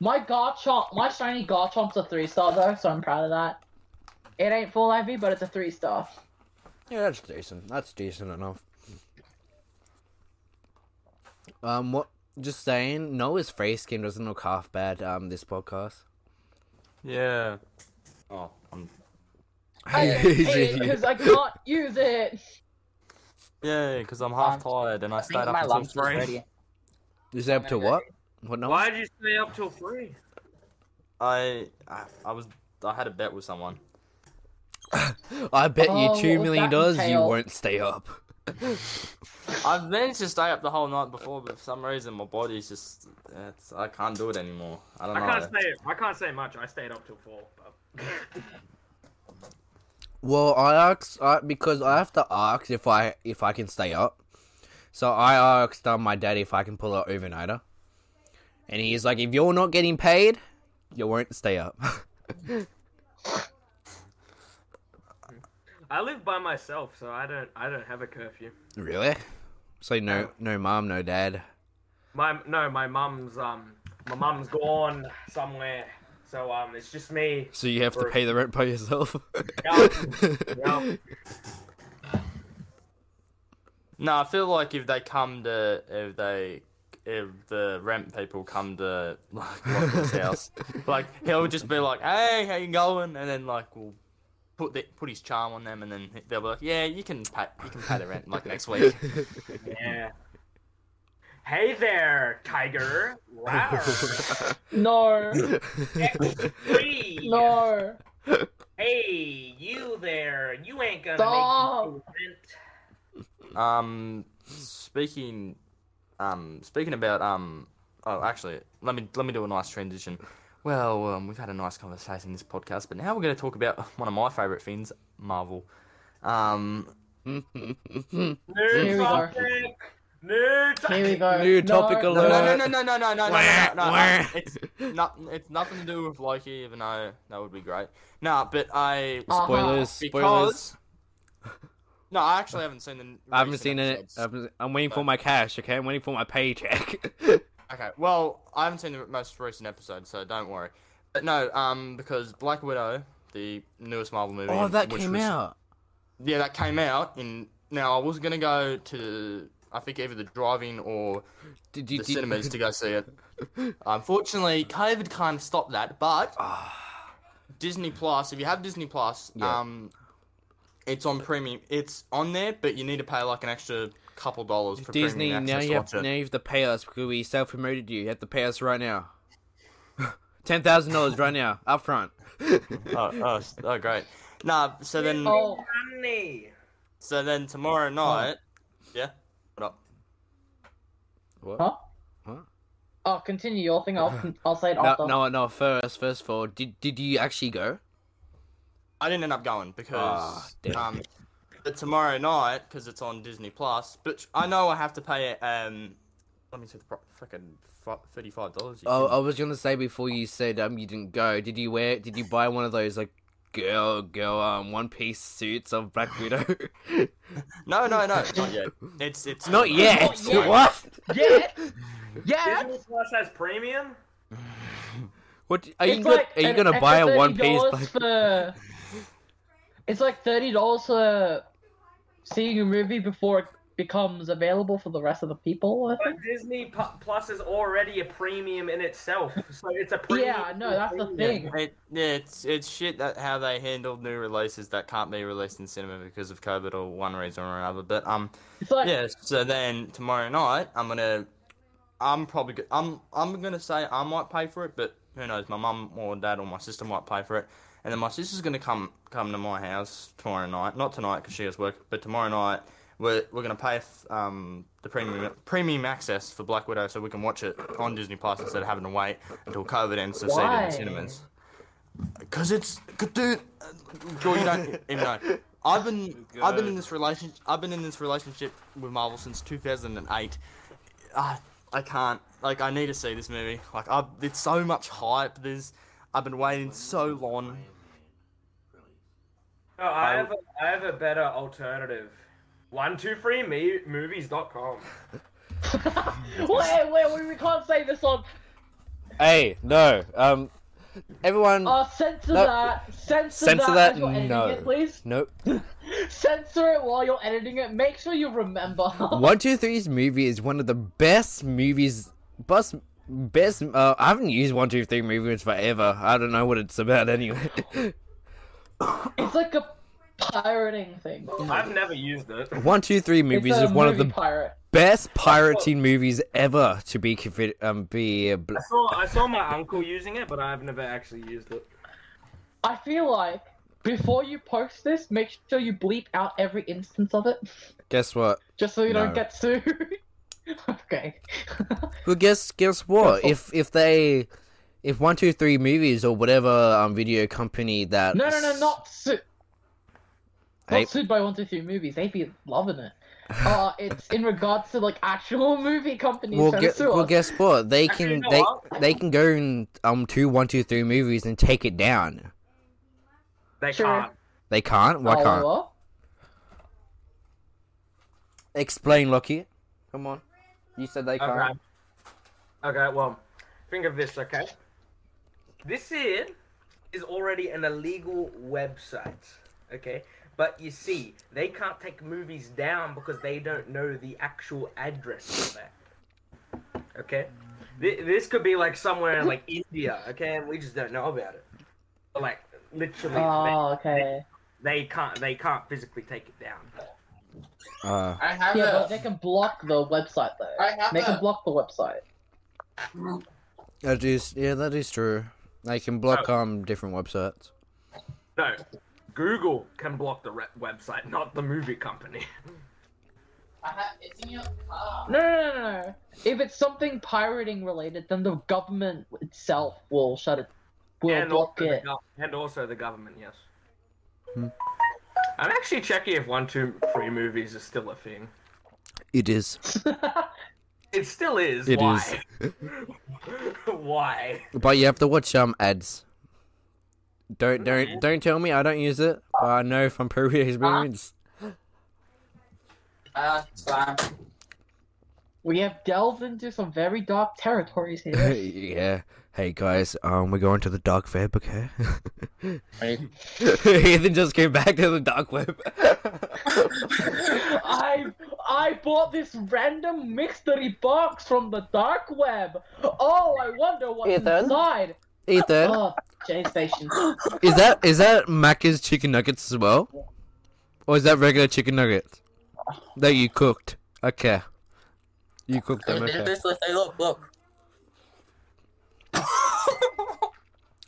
C: My Garchomp, my shiny Garchomp's a three star though, so I'm proud of that. It ain't full Ivy, but it's a three star.
A: Yeah, that's decent. That's decent enough. Um, what? Just saying, Noah's face skin doesn't look half bad. Um, this podcast.
D: Yeah. Oh, I'm...
A: [LAUGHS]
C: Because I can't use it.
D: yeah, because I'm half
E: Um,
D: tired and I,
E: I
D: stayed
E: think
D: up
E: my
D: until
E: lunch is
D: three.
E: ready.
A: Is that up to what? What Noah?
B: Why did you stay up till three?
D: [LAUGHS] I, I, I was, I had a bet with someone.
A: I bet
C: Oh,
A: you two
C: what was
A: million
C: that
A: dollars you
C: entail?
A: won't stay up.
D: I've managed to stay up the whole night before, but for some reason my body's just, it's, I can't do it anymore. I don't
B: I
D: know.
B: can't say. I can't say much. I stayed up till four. But... [LAUGHS]
A: Well, I asked I, because I have to ask if I if I can stay up. So I asked um, my dad if I can pull an overnighter, and he's like, "If you're not getting paid, you won't stay up." [LAUGHS]
B: I live by myself, so I don't. I don't have a curfew.
A: really? So no, no mom, no dad.
B: My no, my mum's um, my mum's gone somewhere, so um, it's just me.
A: So you have to
B: Or-
A: pay the rent by
D: [LAUGHS]
A: yourself.
B: Yeah, yeah.
D: No, I feel like if they come to, if they, if the rent people come to [LAUGHS]
A: [LAUGHS]
D: like Lachlan's house, like he'll just be like, "Hey, how you going?" And then like we'll put the, put his charm on them, and then they'll be like, "Yeah, you can pay, you can pay the rent like
A: [LAUGHS]
D: next week." [LAUGHS]
B: yeah. Hey there, tiger. Wow.
A: [LAUGHS]
C: No,
B: Free.
C: no.
B: Hey, you there. You ain't gonna
C: Stop.
B: make me pay rent.
D: Um, speaking, um, speaking about um, oh, actually, let me let me do a nice transition. Well, um, we've had a nice conversation in this podcast, but now we're going to talk about [LAUGHS] one of my favorite things, Marvel. Um,
C: Here we
B: New
C: go.
B: topic. New
C: Here we
B: topic.
C: go.
A: New
C: No,
A: topic
C: no,
D: no,
A: alert.
D: no, no, no, no, no, no, no, no, no,
A: Wah,
D: no.
A: wah.
D: It's not. It's nothing to do with Loki, even though that would be great. No, but I
A: Oh,
C: Uh-huh.
A: spoilers, spoilers.
D: because. No, I actually haven't seen the.
A: I haven't
D: recent
A: seen it.
D: episodes.
A: I haven't- I'm waiting for
D: But-
A: my cash. Okay, I'm waiting for my paycheck. [LAUGHS]
D: Okay, well, I haven't seen the most recent episode, so don't worry. But no, um, because Black Widow, the newest Marvel movie.
A: oh, that
D: which
A: came
D: was-
A: out.
D: Yeah, that came out. In now, I was gonna go to, I think either the drive-in or
A: Did
D: the cinemas to go see it. [LAUGHS] Unfortunately, COVID kind of stopped that, but Disney Plus. If you have Disney Plus,
A: Yeah.
D: um, it's on premium. It's on there, but you need to pay like an extra couple dollars for
A: Disney,
D: premium
A: now
D: access
A: you
D: to
A: have
D: watch
A: now
D: it.
A: you have to pay us because we self promoted you. You have to pay us right now. [LAUGHS] Ten thousand dollars right now, up front. [LAUGHS]
D: Oh, oh, oh, great. Nah, so then.
C: Oh,
B: Money.
D: So then
A: Oh.
D: tomorrow night, yeah. What up?
A: What?
C: huh? Oh, continue your thing.
A: [LAUGHS]
C: I'll I'll say it after.
A: No, no, no. First, first of all, did did you actually go?
D: I didn't end up going
A: Ah,
D: because
A: damn.
D: um, but tomorrow night because it's on Disney Plus. But I know I have to pay um, let me see the pro- freaking thirty five dollars.
A: Oh, I was gonna say before you said um you didn't go. Did you wear? Did you buy one of those like girl girl um one piece suits of Black Widow? [LAUGHS]
D: no, no, no, not yet. It's it's
A: oh. Not yet. [LAUGHS]
C: yet.
A: What? [LAUGHS]
C: Yes, yes.
B: Disney Plus has premium.
A: What are
C: It's
A: you gonna,
C: like
A: are you
C: an
A: gonna buy a
C: extra
A: one piece?
C: $30
A: Black...
C: for? It's like thirty dollars for seeing a movie before becomes available for the rest of the people. I
B: But
C: think.
B: Disney P- Plus is already a premium in itself, so it's a premium.
C: Yeah, no, that's the
D: Yeah,
C: thing.
D: it, yeah, it's it's shit that how they handled new releases that can't be released in cinema because of COVID or one reason or another. But um,
C: It's like
D: yeah. So then tomorrow night, I'm gonna, I'm probably, go- I'm I'm gonna say I might pay for it, but who knows? My mum or dad or my sister might pay for it, and then my sister's gonna come come to my house tomorrow night. Not tonight because she has work, but tomorrow night we're we're gonna pay f- um the premium premium access for Black Widow so we can watch it on Disney Plus instead of having to wait until COVID ends to see it in
C: Why?
D: the cinemas. Cause it's good, dude. Joy, you don't even know. [LAUGHS] I've been I've been in this relationship I've been in this relationship with Marvel since 2008. I Ah, I can't like I need to see this movie. Like I it's so much hype. There's I've been waiting so long.
B: No, Oh, I have a, I have a better alternative. One two three me movies.com.
C: wait, wait, we, we can't say this on.
A: Hey, no. Um, everyone.
C: Oh, censor
A: No.
C: that. Censor,
A: Censor
C: that.
A: that?
C: as you're editing
A: No.
C: It, please [LAUGHS]
A: Nope.
C: censor it while you're editing it. Make sure you remember.
A: One Two Three's movie is one of the best movies. Best, best. Uh, I haven't used One Two Three movies forever. I don't know what it's about anyway.
C: [LAUGHS]
A: [LAUGHS]
C: It's like a pirating thing.
B: I've never used it.
A: one Two Three movies
C: it's a
A: is one of
C: movie
A: the
C: Oh. pirate.
A: best pirating movies ever to be confi- um be. Uh, bl-
B: I saw I saw my uncle using it, but I've never actually used it.
C: I feel like before you post this, make sure you bleep out every instance of it, [LAUGHS]
A: guess what?
C: just so you
A: No.
C: don't get sued. [LAUGHS] okay. [LAUGHS]
A: Well, guess guess what? If if they, if One Two Three movies or whatever um video company that
C: no, no, no, not sued.
A: Hey.
C: Not sued by one, two, three movies. They'd be loving it. Uh, it's in regards to like actual [LAUGHS] movie companies
A: Well,
C: trying
A: gu-
C: to sue
A: well,
C: us.
A: guess what? They
B: Actually,
A: can
B: you know
A: they
B: what?
A: they can go and um two one two three movies and take it down.
B: They
C: Sure.
B: can't.
A: They can't. Why
C: Oh,
A: can't?
C: well.
A: Explain, Lucky. Come on. You said they
B: Okay.
A: can't.
B: Okay, well, think of this, okay? This here is already an illegal website, okay? But you see, they can't take movies down because they don't know the actual address of that. Okay? Th- This could be like somewhere in like India, okay? And we just don't know about it. But, like literally,
C: Oh, okay.
B: they, they can't they can't physically take it down.
A: Uh,
E: I have
C: Yeah,
E: a
C: but they can block the website though.
E: I have
C: They
E: a-
C: can block the website.
A: that is yeah, that is true. They can block um different websites.
B: No, Google can block the re- website, not the movie company. [LAUGHS]
E: I have, it's in your car.
C: No, no, no, no, no. If it's something pirating related, then the government itself will shut it. Will
B: and
C: block
B: also
C: it.
B: The gov- and also the government, yes.
A: Hmm.
B: I'm actually checking if one, two, three movies is still a thing.
A: It is.
B: It still is.
A: It
B: Why?
A: is.
B: [LAUGHS] Why?
A: But you have to watch um ads. Don't don't don't tell me I don't use it. But I know from [LAUGHS] previous experience.
E: Ah, it's fine.
C: [LAUGHS] We have delved into some very dark
A: [LAUGHS]
C: territories
A: [LAUGHS]
C: here.
A: yeah. Hey guys, um, we're going to the dark eh? web, okay? [LAUGHS]
E: Hey.
A: Ethan just came back to the dark web. [LAUGHS]
C: I I bought this random mystery box from the dark web. Oh, I wonder what's
F: Ethan?
C: inside.
A: Ethan,
C: Oh, J Station.
A: is that is that Macca's chicken nuggets as well, or is that regular chicken nuggets that you cooked? Okay, you cooked them. Okay.
E: This- this- hey, look, look.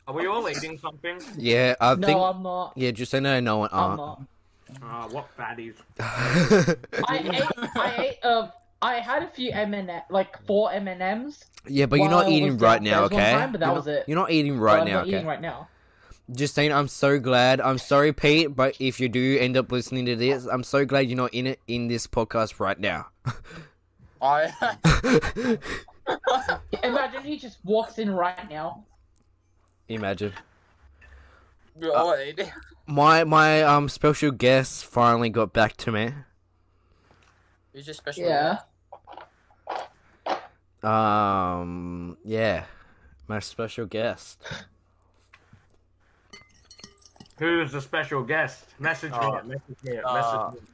B: Are we all eating something?
A: Yeah, I
C: No,
A: think.
C: I'm not.
A: Yeah, just so no, no one
C: I'm
A: aren't. [LAUGHS]
C: not.
B: Ah, what baddies?
C: I ate. I ate. Uh, I had a few M and like four M and M's.
A: [LAUGHS] Yeah, but you're not
C: Well,
A: eating
C: was
A: right now,
C: downstairs one
A: okay?
C: time, but that
A: you're,
C: was
A: not,
C: it.
A: you're not eating right
C: I'm
A: now,
C: not
A: okay?
C: eating right now.
A: Just saying, I'm so glad. I'm sorry, Pete, but if you do end up listening to this, I'm so glad you're not in it in this podcast right now. [LAUGHS] Uh,
E: I, [LAUGHS]
C: Imagine he just walks in right now.
A: Imagine.
E: you're all right.
A: My my um special guest finally got back to me.
E: You're just special.
C: Yeah.
A: Um yeah. My special guest.
B: Who's the special guest? Message me.
D: Uh,
B: Message me.
D: uh,
B: message me.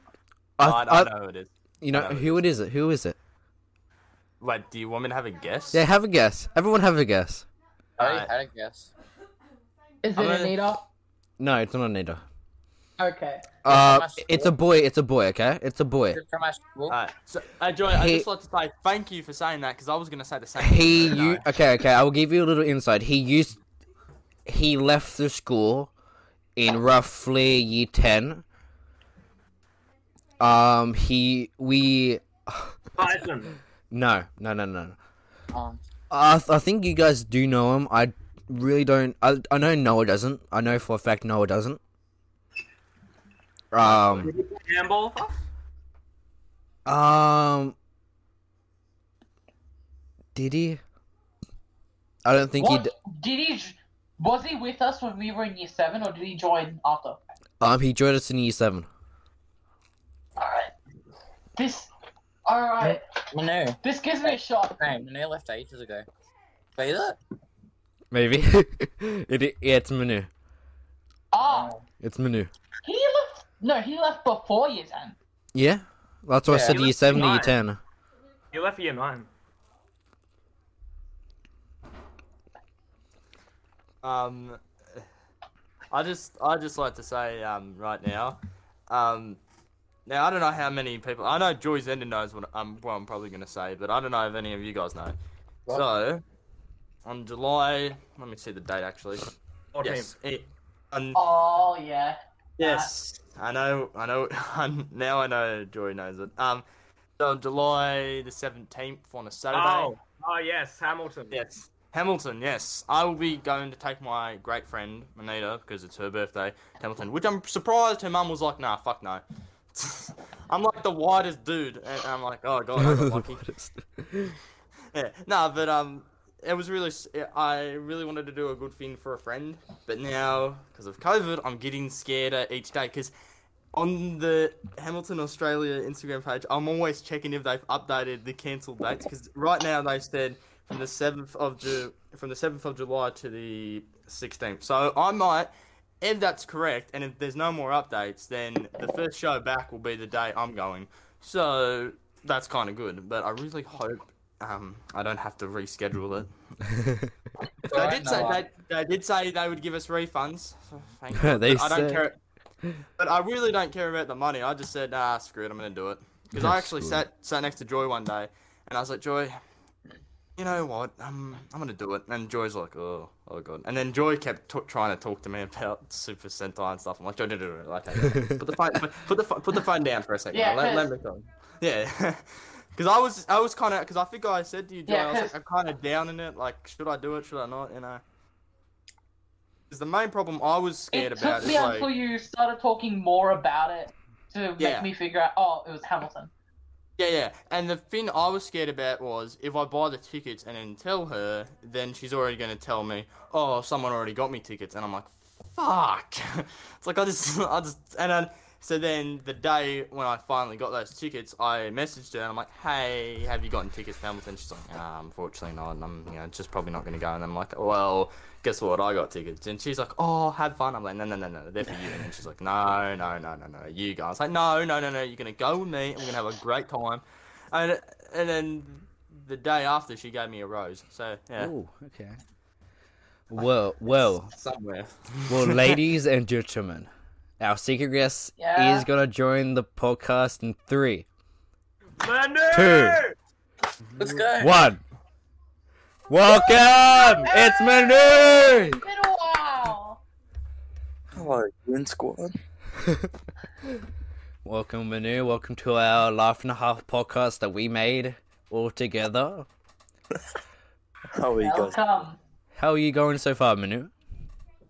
D: I,
A: I,
D: don't know who it is.
A: You know,
D: I know who
A: who it is it? Who is it?
D: Like, do you want me to have a guess?
A: Yeah, have a guess. Everyone have a guess.
E: I already
D: Alright.
E: had a guess.
C: Is it
D: I'm gonna-
C: Anita?
A: No, it's not Anita.
C: Okay.
A: Uh,
E: must-
A: it's a boy. It's a boy. Okay, it's a boy.
E: Is it From my school?
D: Alright, so, uh, Joey, I
A: He-
D: just like to say thank you for saying that because I was gonna say the same. [LAUGHS]
A: He,
D: thing, but
A: you
D: no.
A: okay? Okay, I will give you a little insight. He used, he left the school, in roughly year ten. Um, he we
B: Python.
A: no no no no.
E: Um,
A: I th- I think you guys do know him. I really don't. I I know Noah doesn't. I know for a fact Noah doesn't. Um.
B: Handball.
A: Um. Did he? I don't think he.
C: What,
A: D-
C: did he? j- Was he with us when we were in year seven, or did he join after?
A: um. He joined us in year seven.
C: Alright. This. Alright.
E: Manu.
C: This gives me a shot.
E: No, Manu left ages ago. Wait, is it?
A: Maybe. [LAUGHS] it, it- yeah, it's Manu.
C: Ah,
E: Oh,
A: It's Manu.
C: he left. No, he left before year ten.
A: Yeah? That's what I
E: Yeah.
A: said,
B: You
A: year 7 to year
B: lied.
A: 10.
B: You left year nine.
D: Um, I just I just like to say um right now, um, now I don't know how many people I know Joy's Ender knows what um what I'm probably gonna say, but I don't know if any of you guys know.
E: What?
D: So, on July, let me see the date actually.
B: Fourteen.
D: Yes, it, on
C: Oh yeah.
D: Yes, I know. I know. [LAUGHS] now I know. Joy knows it. Um, so on July the seventeenth on a Saturday.
B: Oh, oh yes, Hamilton.
D: Yes, Hamilton. Yes, I will be going to take my great friend Anita because it's her birthday. to Hamilton, which I'm surprised her mum was like, "Nah, fuck no." [LAUGHS] I'm like the widest dude, and I'm like, "Oh god, I
A: [LAUGHS]
D: got lucky." yeah, [LAUGHS] no, but um, it was really. s- I really wanted to do a good thing for a friend, but now because of COVID, I'm getting scareder each day because. On the Hamilton Australia Instagram page, I'm always checking if they've updated the cancelled dates because right now they said from the seventh of Ju- from the seventh of July to the sixteenth. So I might, if that's correct, and if there's no more updates, then the first show back will be the day I'm going. So that's kind of good. But I really hope um, I don't have to reschedule it. They
E: Alright,
D: did say
E: no, I-
D: they, they did say they would give us refunds. [LAUGHS] Thank God,
A: They
D: but I don't
A: said-
D: care. But I really don't care about the money. I just said, ah, screw it, I'm gonna do it. Because I
A: That's
D: actually
A: good.
D: sat sat next to Joy one day, and I was like, Joy, you know what? Um, I'm gonna do it. And Joy's like, oh, oh god. And then Joy kept t- trying to talk to me about Super Sentai and stuff. I'm like, Joy, no, no, no, okay, [LAUGHS] okay. put the phone, put, put the pho- put the phone down for a second.
C: Yeah,
D: let, let
C: cause-
D: me go. Yeah. [LAUGHS] Because I was, I was kind of, because I think I said to you, Joy,
C: Yeah,
D: I was like,
C: cause-
D: I'm kind of down in it. Like, should I do it? Should I not? You know. Because the main problem I was scared
C: It
D: about
C: took
D: is
C: me
D: like,
C: until you started talking more about it to
D: Yeah.
C: make me figure out. Oh, it was Hamilton.
D: yeah, yeah. And the thing I was scared about was if I buy the tickets and then tell her, then she's already going to tell me, oh, someone already got me tickets, and I'm like, fuck. [LAUGHS] it's like I just, [LAUGHS] I just, and then. So then, the day when I finally got those tickets, I messaged her and I'm like, "Hey, have you gotten tickets to Hamilton?" She's like, ah, "Unfortunately not. and I'm, you know, just probably not going to go." And I'm like, "Well, guess what? I got tickets." And she's like, "Oh, have fun." I'm like, "No, no, no, no, they're for you." And she's like, "No, no, no, no, no, you guys." Like, "No, no, no, no, you're going to go with me. and we're going to have a great time." And and then the day after, she gave me a rose. So yeah,
A: Oh, okay. Well, well,
D: somewhere.
A: well, ladies and gentlemen, our secret guest
C: Yeah.
A: is gonna join the podcast in three,
B: Manu!
A: Two.
E: Let's go.
A: one. Welcome, it's Manu.
C: It's been a while.
E: Hello, Goon Squad.
A: Welcome, Manu. Welcome to our Laugh and a Half podcast that we made all together.
G: How are you guys?
C: Welcome.
A: How are you going so far, Manu?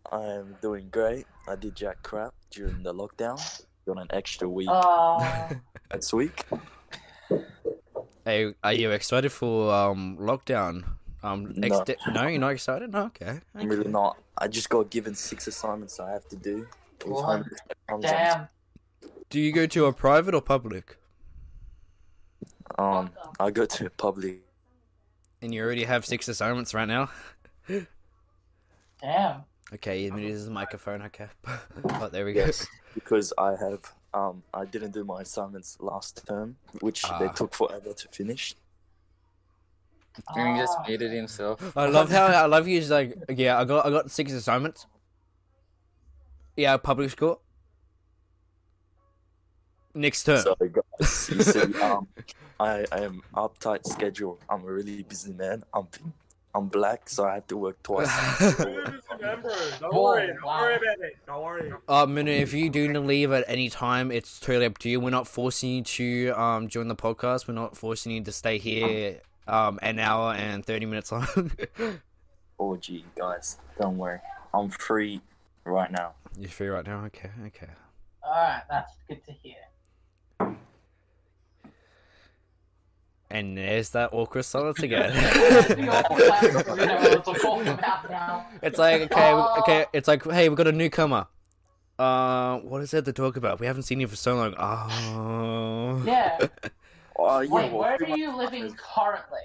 G: I'm doing great. I did jack crap during the lockdown. Got an extra week
C: Uh,
G: this week.
A: Are, are you excited for um lockdown? Um,
G: No.
A: ex- [LAUGHS] no. you're not excited. No, okay.
G: I'm really not. I just got given six assignments I have to do. It was home- um,
C: damn.
A: Do you go to a private or public?
G: Um, I go to public.
A: And you already have six assignments right now.
C: Damn.
A: Okay, you muted his microphone. Okay. [LAUGHS] oh, there we go.
G: Yes, because I have um, I didn't do my assignments last term, which they
A: Ah.
G: took forever to finish.
E: And he just
C: Ah.
A: [GASPS]
E: muted himself.
A: I love how I love you. Like, yeah, I got I got six assignments. Yeah, public school. Next term.
G: So guys, you see, um, I, I am uptight schedule. I'm a really busy man. I'm I'm black, so I have to work twice.
B: Remember, don't
C: Whoa,
B: worry, don't
C: wow.
B: worry about it. Don't worry.
A: Uh, Minu, if you do n- leave at any time, it's totally up to you. We're not forcing you to um join the podcast. We're not forcing you to stay here um an hour and thirty minutes long. [LAUGHS]
G: Oh gee, guys, don't worry. I'm free right now.
A: You're free right now. Okay, okay.
C: Alright, that's good to hear. [LAUGHS]
A: And there's that awkward silence again.
C: The awful silence, you know, it's like, [LAUGHS] oh, I'm out now.
A: it's like okay, we- okay. It's like hey, we've got a newcomer. Uh, what is there to talk about? We haven't seen you for so long. Oh,
C: Yeah.
G: Oh, you
C: Wait,
G: know
C: where
G: what?
C: are you living currently?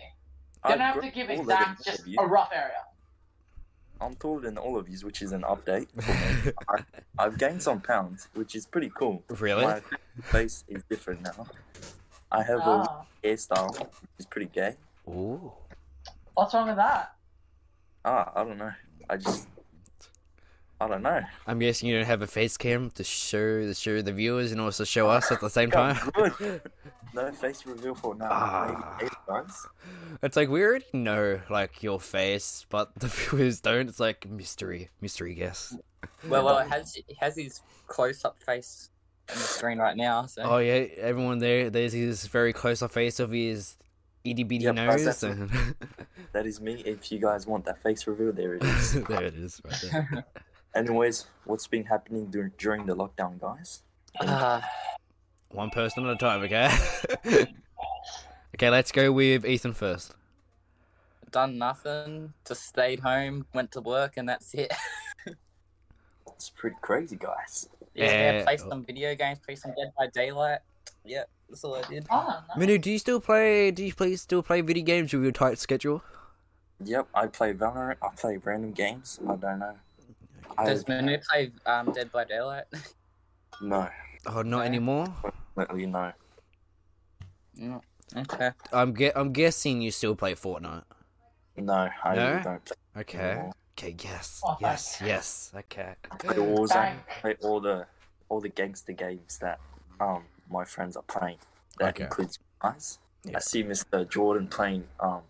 G: I'm
C: You're gonna have to
G: great-
C: give
G: all of
C: exams,
G: it,
C: just
G: you.
C: a rough area.
G: I'm taller than all of you, which is an update. For me. [LAUGHS] I, I've gained some pounds, which is pretty cool.
A: really?
G: My face is different now. I have a
C: Ah,
G: hairstyle, which is pretty gay.
A: Oh. Ooh.
C: what's wrong with that?
G: Ah, I don't know. I just, I
A: [LAUGHS]
G: don't know.
A: I'm guessing you don't have a face cam to show to show the viewers and also show us at the same
G: God,
A: time. [LAUGHS]
G: good. no face reveal for now.
A: Ah.
G: Maybe eight times.
A: It's like we already know like your face, but the [LAUGHS] viewers don't. It's like mystery, mystery guess.
E: Well, well, it has it has his close-up face on the screen right now. So
A: Oh yeah, everyone there. There's his very close up face of his itty bitty
G: Yep, that's-
A: nose.
G: that's it.
A: and-
G: That is me. If you guys want that face reveal, there it is.
A: [LAUGHS] there it is. Right there.
G: Anyways, what's been happening dur- during the lockdown, guys?
E: Ah,
A: One person at a time. Okay. [LAUGHS] okay, let's go with Ethan first.
E: done nothing. Just stayed home, went to work, and that's it. [LAUGHS]
G: It's pretty crazy, guys.
E: yeah, yeah,
A: Eh,
E: play
A: oh.
E: some video games, play some Dead by Daylight. Yeah, that's all I did.
C: Oh, no.
A: Minu, do you still play? Do you play, still play video games with your tight schedule?
G: Yep, I play Valorant. I play random games. I don't know. I
E: Does Manu play um, Dead by Daylight? [LAUGHS]
G: no,
A: Oh, not
E: No.
A: anymore.
G: definitely no.
E: Mm, okay.
A: I'm ge- I'm guessing you still play Fortnite.
G: No, I
A: No?
G: really don't play.
A: Okay.
G: anymore.
A: Okay. Yes.
C: Oh,
A: yes.
C: thank
A: Yes. Okay.
G: I play Warzone.
C: Bang.
G: I play all the all the gangster games that um my friends are playing. That
A: Okay.
G: includes you guys.
A: Yeah.
G: I see Mr. Jordan playing um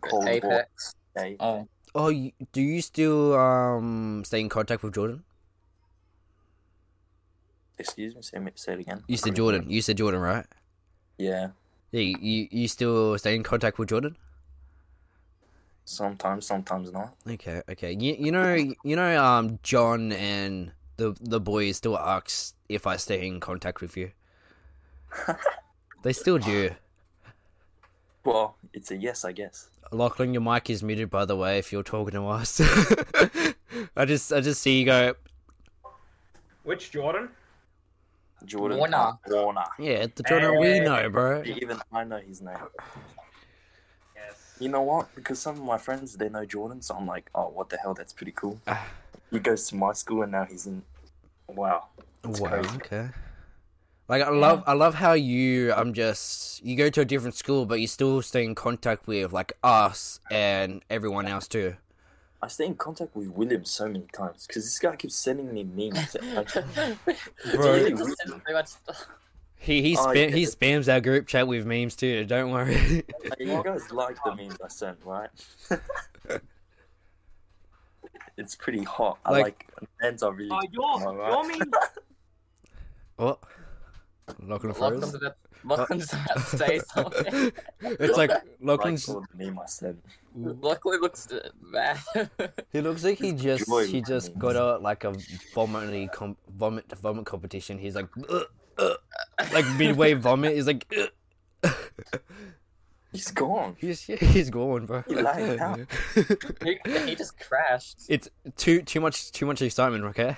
G: Cold War
E: Apex.
G: today.
E: Oh,
A: Oh, you, do you still um stay in contact with Jordan?
G: Excuse me, say, say it again.
A: You said Jordan. You said Jordan, right?
G: Yeah.
A: Yeah. You, you, you still stay in contact with Jordan?
G: Sometimes, sometimes not.
A: Okay. Okay. You you know you know um John and the the boys still ask if I stay in contact with
G: [LAUGHS]
A: you. they still do.
G: Well, it's a yes, I guess.
A: Lachlan, your mic is muted by the way. If you're talking to us, [LAUGHS] I just I just see you go.
B: Which Jordan?
G: Jordan Oh,
E: Warner.
G: Warner.
A: Yeah, the Jordan we know, bro.
G: Even I know his name.
B: Yes.
G: You know what? Because some of my friends they know Jordan, so I'm like, oh, what the hell? That's pretty cool.
A: Ah.
G: he goes to my school, and now he's in. Wow. It's
A: Wow.
G: crazy.
A: Okay. Like I love, I love how you. I'm just you go to a different school, but you still stay in contact with like us and everyone else too.
G: I stay in contact with William so many times because this guy keeps sending
A: [LAUGHS]
G: me memes. Like,
E: Oh.
G: it's
A: Bro.
G: really
E: Just
G: weird.
E: said pretty much stuff. [LAUGHS]
A: He he
G: Oh,
A: spam,
G: yeah.
A: he spams our group chat with memes too. Don't worry. [LAUGHS]
G: Like, you guys like the memes I sent, right? [LAUGHS] it's pretty hot. I
A: Like-
G: like men's are really.
B: Oh,
G: All
B: you're,
G: right.
B: you're me.
A: [LAUGHS] what? Locking
E: Welcome to
A: froze.
E: the welcome to that
A: [LAUGHS]
E: stage. somewhere.
A: it's like
G: Like
A: Lachlan's.
G: all the meme I sent.
E: Luckily, looks uh, bad. [LAUGHS]
A: He looks like he just
G: joy
A: he just
G: memes.
A: got a like a vomiting com- vomit vomit competition. He's like "Ugh, ugh," like midway vomit. He's like "Ugh."
G: He's gone.
A: he's [LAUGHS] he's gone, bro.
G: He lagged out.
E: he, he just crashed.
A: [LAUGHS] It's too too much too much excitement, okay?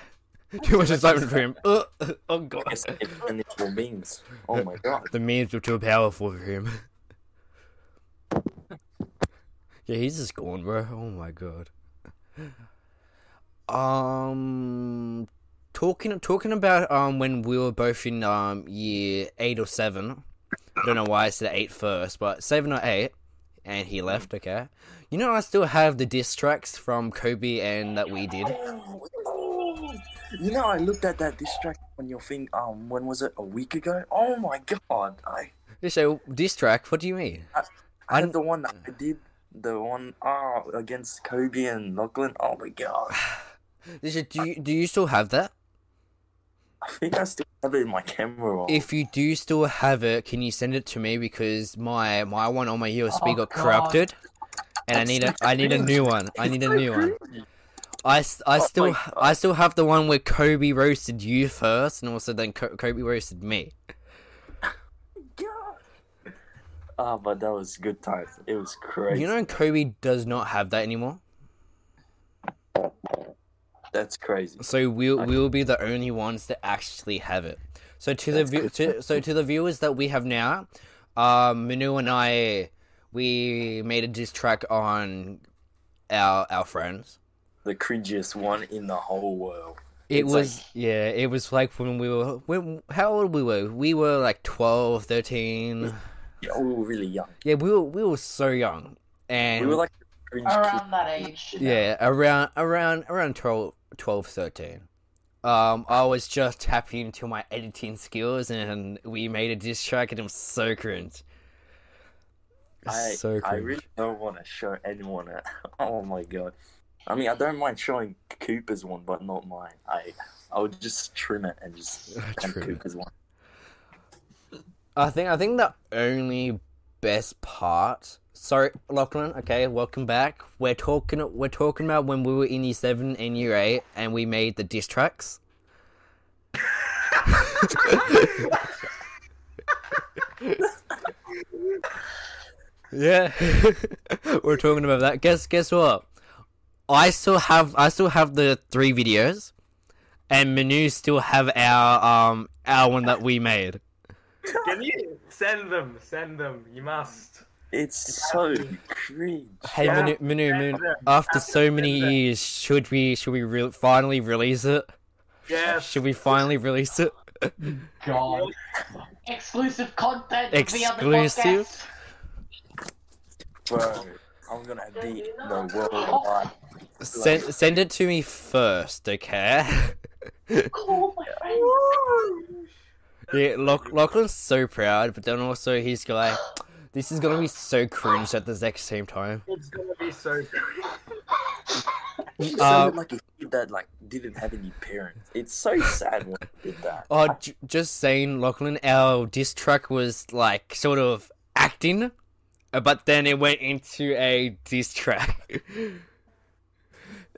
A: Too much excitement for
G: [LAUGHS]
A: him. Uh, oh god.
G: Yes,
A: [LAUGHS]
G: and it's all memes. Oh my god.
A: The memes were too powerful for him. [LAUGHS] yeah, he's just gone, bro. Oh my god. Um, talking talking about um when we were both in um year eight or seven. I don't know why I said eight first, but seven or eight, and he left. Okay, you know I still have the diss tracks from Kobe and that we did.
G: Oh, You know, I looked at that diss track on your thing. Um, when was it? A week ago. Oh my god! I
A: You say diss track? What do you mean?
G: I
A: I'm-
G: had the one that
A: [SIGHS]
G: I did. The one ah against Kobe and Lachlan. Oh my god!
A: Is it, do you do you still have that?
G: I think I still have it in my camera. roll.
A: If you do still have it, can you send it to me because my my one on my USB
C: Oh,
A: got
C: God.
A: corrupted, and I need a I need a new one. I need a new one. I, s- I still
G: God.
A: I still have the one where Kobe roasted you first, and also then Co- Kobe roasted me.
G: Ah, but that was good times. It was crazy.
A: You know Kobe does not have that anymore,
G: that's crazy.
A: so we'll we'll be the only ones that actually have it. So to the view, to, so to the viewers that we have now, um, Manu and I we made a diss track on our our friends.
G: The cringiest one in the whole world.
A: It
G: It's
A: was yeah, it was like when we were when how old we were? We were like 12, 13.
G: Yeah, we were really young.
A: Yeah, we were we were so young. And
G: We were like cringe kids.
C: Around that age.
A: yeah, around around around 12, 12 13. Um I was just tapping into my editing skills and we made a diss track and it was so cringe.
G: I,
A: so
G: I
A: cringe.
G: really don't want to show anyone it. [LAUGHS] Oh my god. I mean, I don't mind showing Cooper's one, but not mine. I I would just trim it and
A: [LAUGHS]
G: just have
A: Trim it.
G: Cooper's one.
A: I think I think the only best part. Sorry, Lachlan. Okay, welcome back. We're talking. We're talking about when we were in year seven and year eight, and we made the diss tracks. [LAUGHS] yeah, [LAUGHS] we're talking about that. Guess guess what? I still have I still have the three videos, and Manu still have our um our one that we made.
B: Can you send them? Send them. You must.
G: It's so cringe.
A: Hey
B: Yeah.
A: Manu, Manu, Manu,
B: Yeah.
A: after so many years, should we should we re- finally release it?
B: Yes.
A: Should we finally release it?
C: God. Exclusive content.
A: Exclusive?
G: Bro, I'm gonna beat the worldwide.
A: Send send it to me first, okay? [LAUGHS]
C: Call my friend.
A: yeah, Loch- Lachlan's so proud, but then also he's like, this is gonna be so cringe at the exact same time.
B: It's gonna be so. [LAUGHS]
A: [LAUGHS]
C: [LAUGHS]
G: You
A: Uh,
G: sounded like a kid that like didn't have any parents. It's so sad when you did
A: [LAUGHS]
G: that.
A: Oh, j- just saying, Lachlan, our diss track was like sort of acting, uh, but then it went into a diss track. [LAUGHS]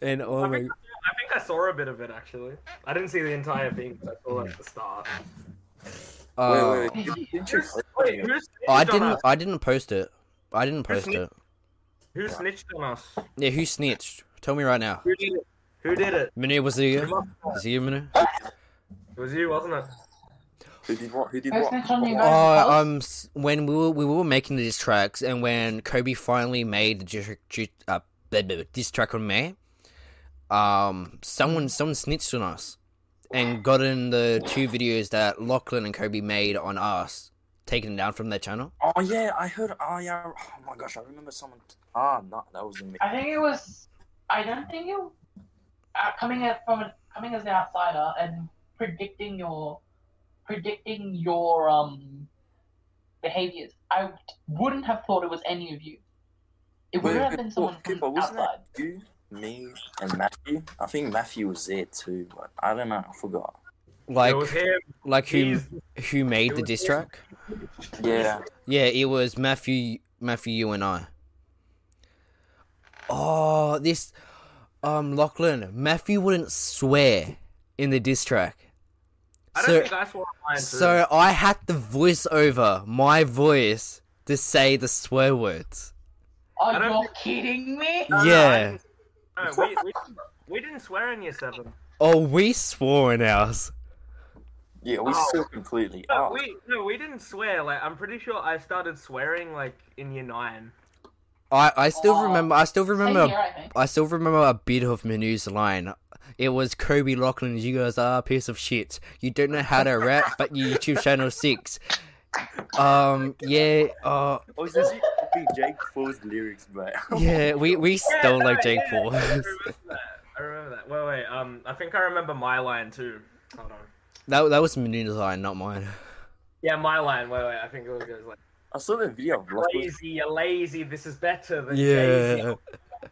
A: and oh
B: I
A: my.
B: think, I think I saw a bit of it actually. I didn't see the entire thing, but I saw like the start.
A: Oh.
G: Wait, wait, wait. Didn't you click on
B: Wait,
G: it?
B: who snitched
A: Oh, I
B: on
A: didn't.
B: us?
A: I didn't post it. I didn't
B: Who
A: post
B: snitched?
A: it.
B: Who snitched on us?
A: Yeah, who snitched? Tell me right now.
B: Who did it? Who did it?
A: Manu, was it
G: [LAUGHS]
B: It
A: you?
B: was-
A: Was it you, Manu?
B: it was you, wasn't it?
G: Who did what? Who did
C: Who's
G: what?
C: next on you,
G: What?
C: guys?
A: Oh, um, s- when we were we were making these tracks, and when Kobe finally made the ju- ju- uh, blah, blah, blah, diss track on me, um, someone someone snitched on us, and got in the two videos that Lachlan and Kobe made on us, taken down from their channel.
G: Oh yeah, I heard. Oh yeah. Oh my gosh, I remember someone. Ah, no, that wasn't me.
C: I think it was. I don't think you. Uh, coming at from a, coming as an outsider and predicting your predicting your um behaviors. I wouldn't have thought it was any of you. It would
G: Wait,
C: have
G: wait, oh,
C: been
G: wait,
C: someone
G: Cooper,
C: from
G: wasn't
C: outside.
G: it you, me, and Matthew? I think Matthew was there too, but I don't know. I forgot.
A: Like
B: it was him.
A: like who
B: He's
A: who made
B: it
A: the
B: was
A: diss
B: him.
A: track?
G: Yeah.
A: Yeah, it was Matthew, Matthew, you and I. Oh, this, um, Lachlan, Matthew wouldn't swear in the diss track.
B: I don't
A: So,
B: think I saw mine. too.
A: so I had the voice over my voice to say the swear words.
B: I
C: Are
B: don't
C: you Oh, kidding me?
B: No, no, I
A: yeah.
B: didn't- no, we, we, we didn't swear in year seven.
A: Oh, we swore in ours.
G: Yeah, we
B: Oh.
G: saw completely.
B: No,
G: Oh,
B: we no, we didn't swear. Like I'm pretty sure I started swearing like in year nine.
A: I, I still
C: Oh.
A: remember. I still
C: Same
A: remember.
C: here, I think.
A: I still remember a bit of Manu's line. It was Kobe Lachlan. You guys are a piece of shit. You don't know how to rap, but you YouTube channel six. Um, yeah, uh,
G: I was [LAUGHS] just copying Jake Paul's lyrics, mate.
A: yeah, we, we stole
B: no,
A: like Jake
B: yeah,
A: Paul. [LAUGHS]
B: I remember that. I remember that. Wait, wait. Um, I think I remember my line too. Hold on.
A: that, that was Manuna's line, not mine.
B: Yeah, my line. Wait, wait. I think it was goes like
G: [LAUGHS] I saw the video of Lachlan.
B: lazy. You're lazy. This is better than Jay-Z.
A: Yeah.
B: Well,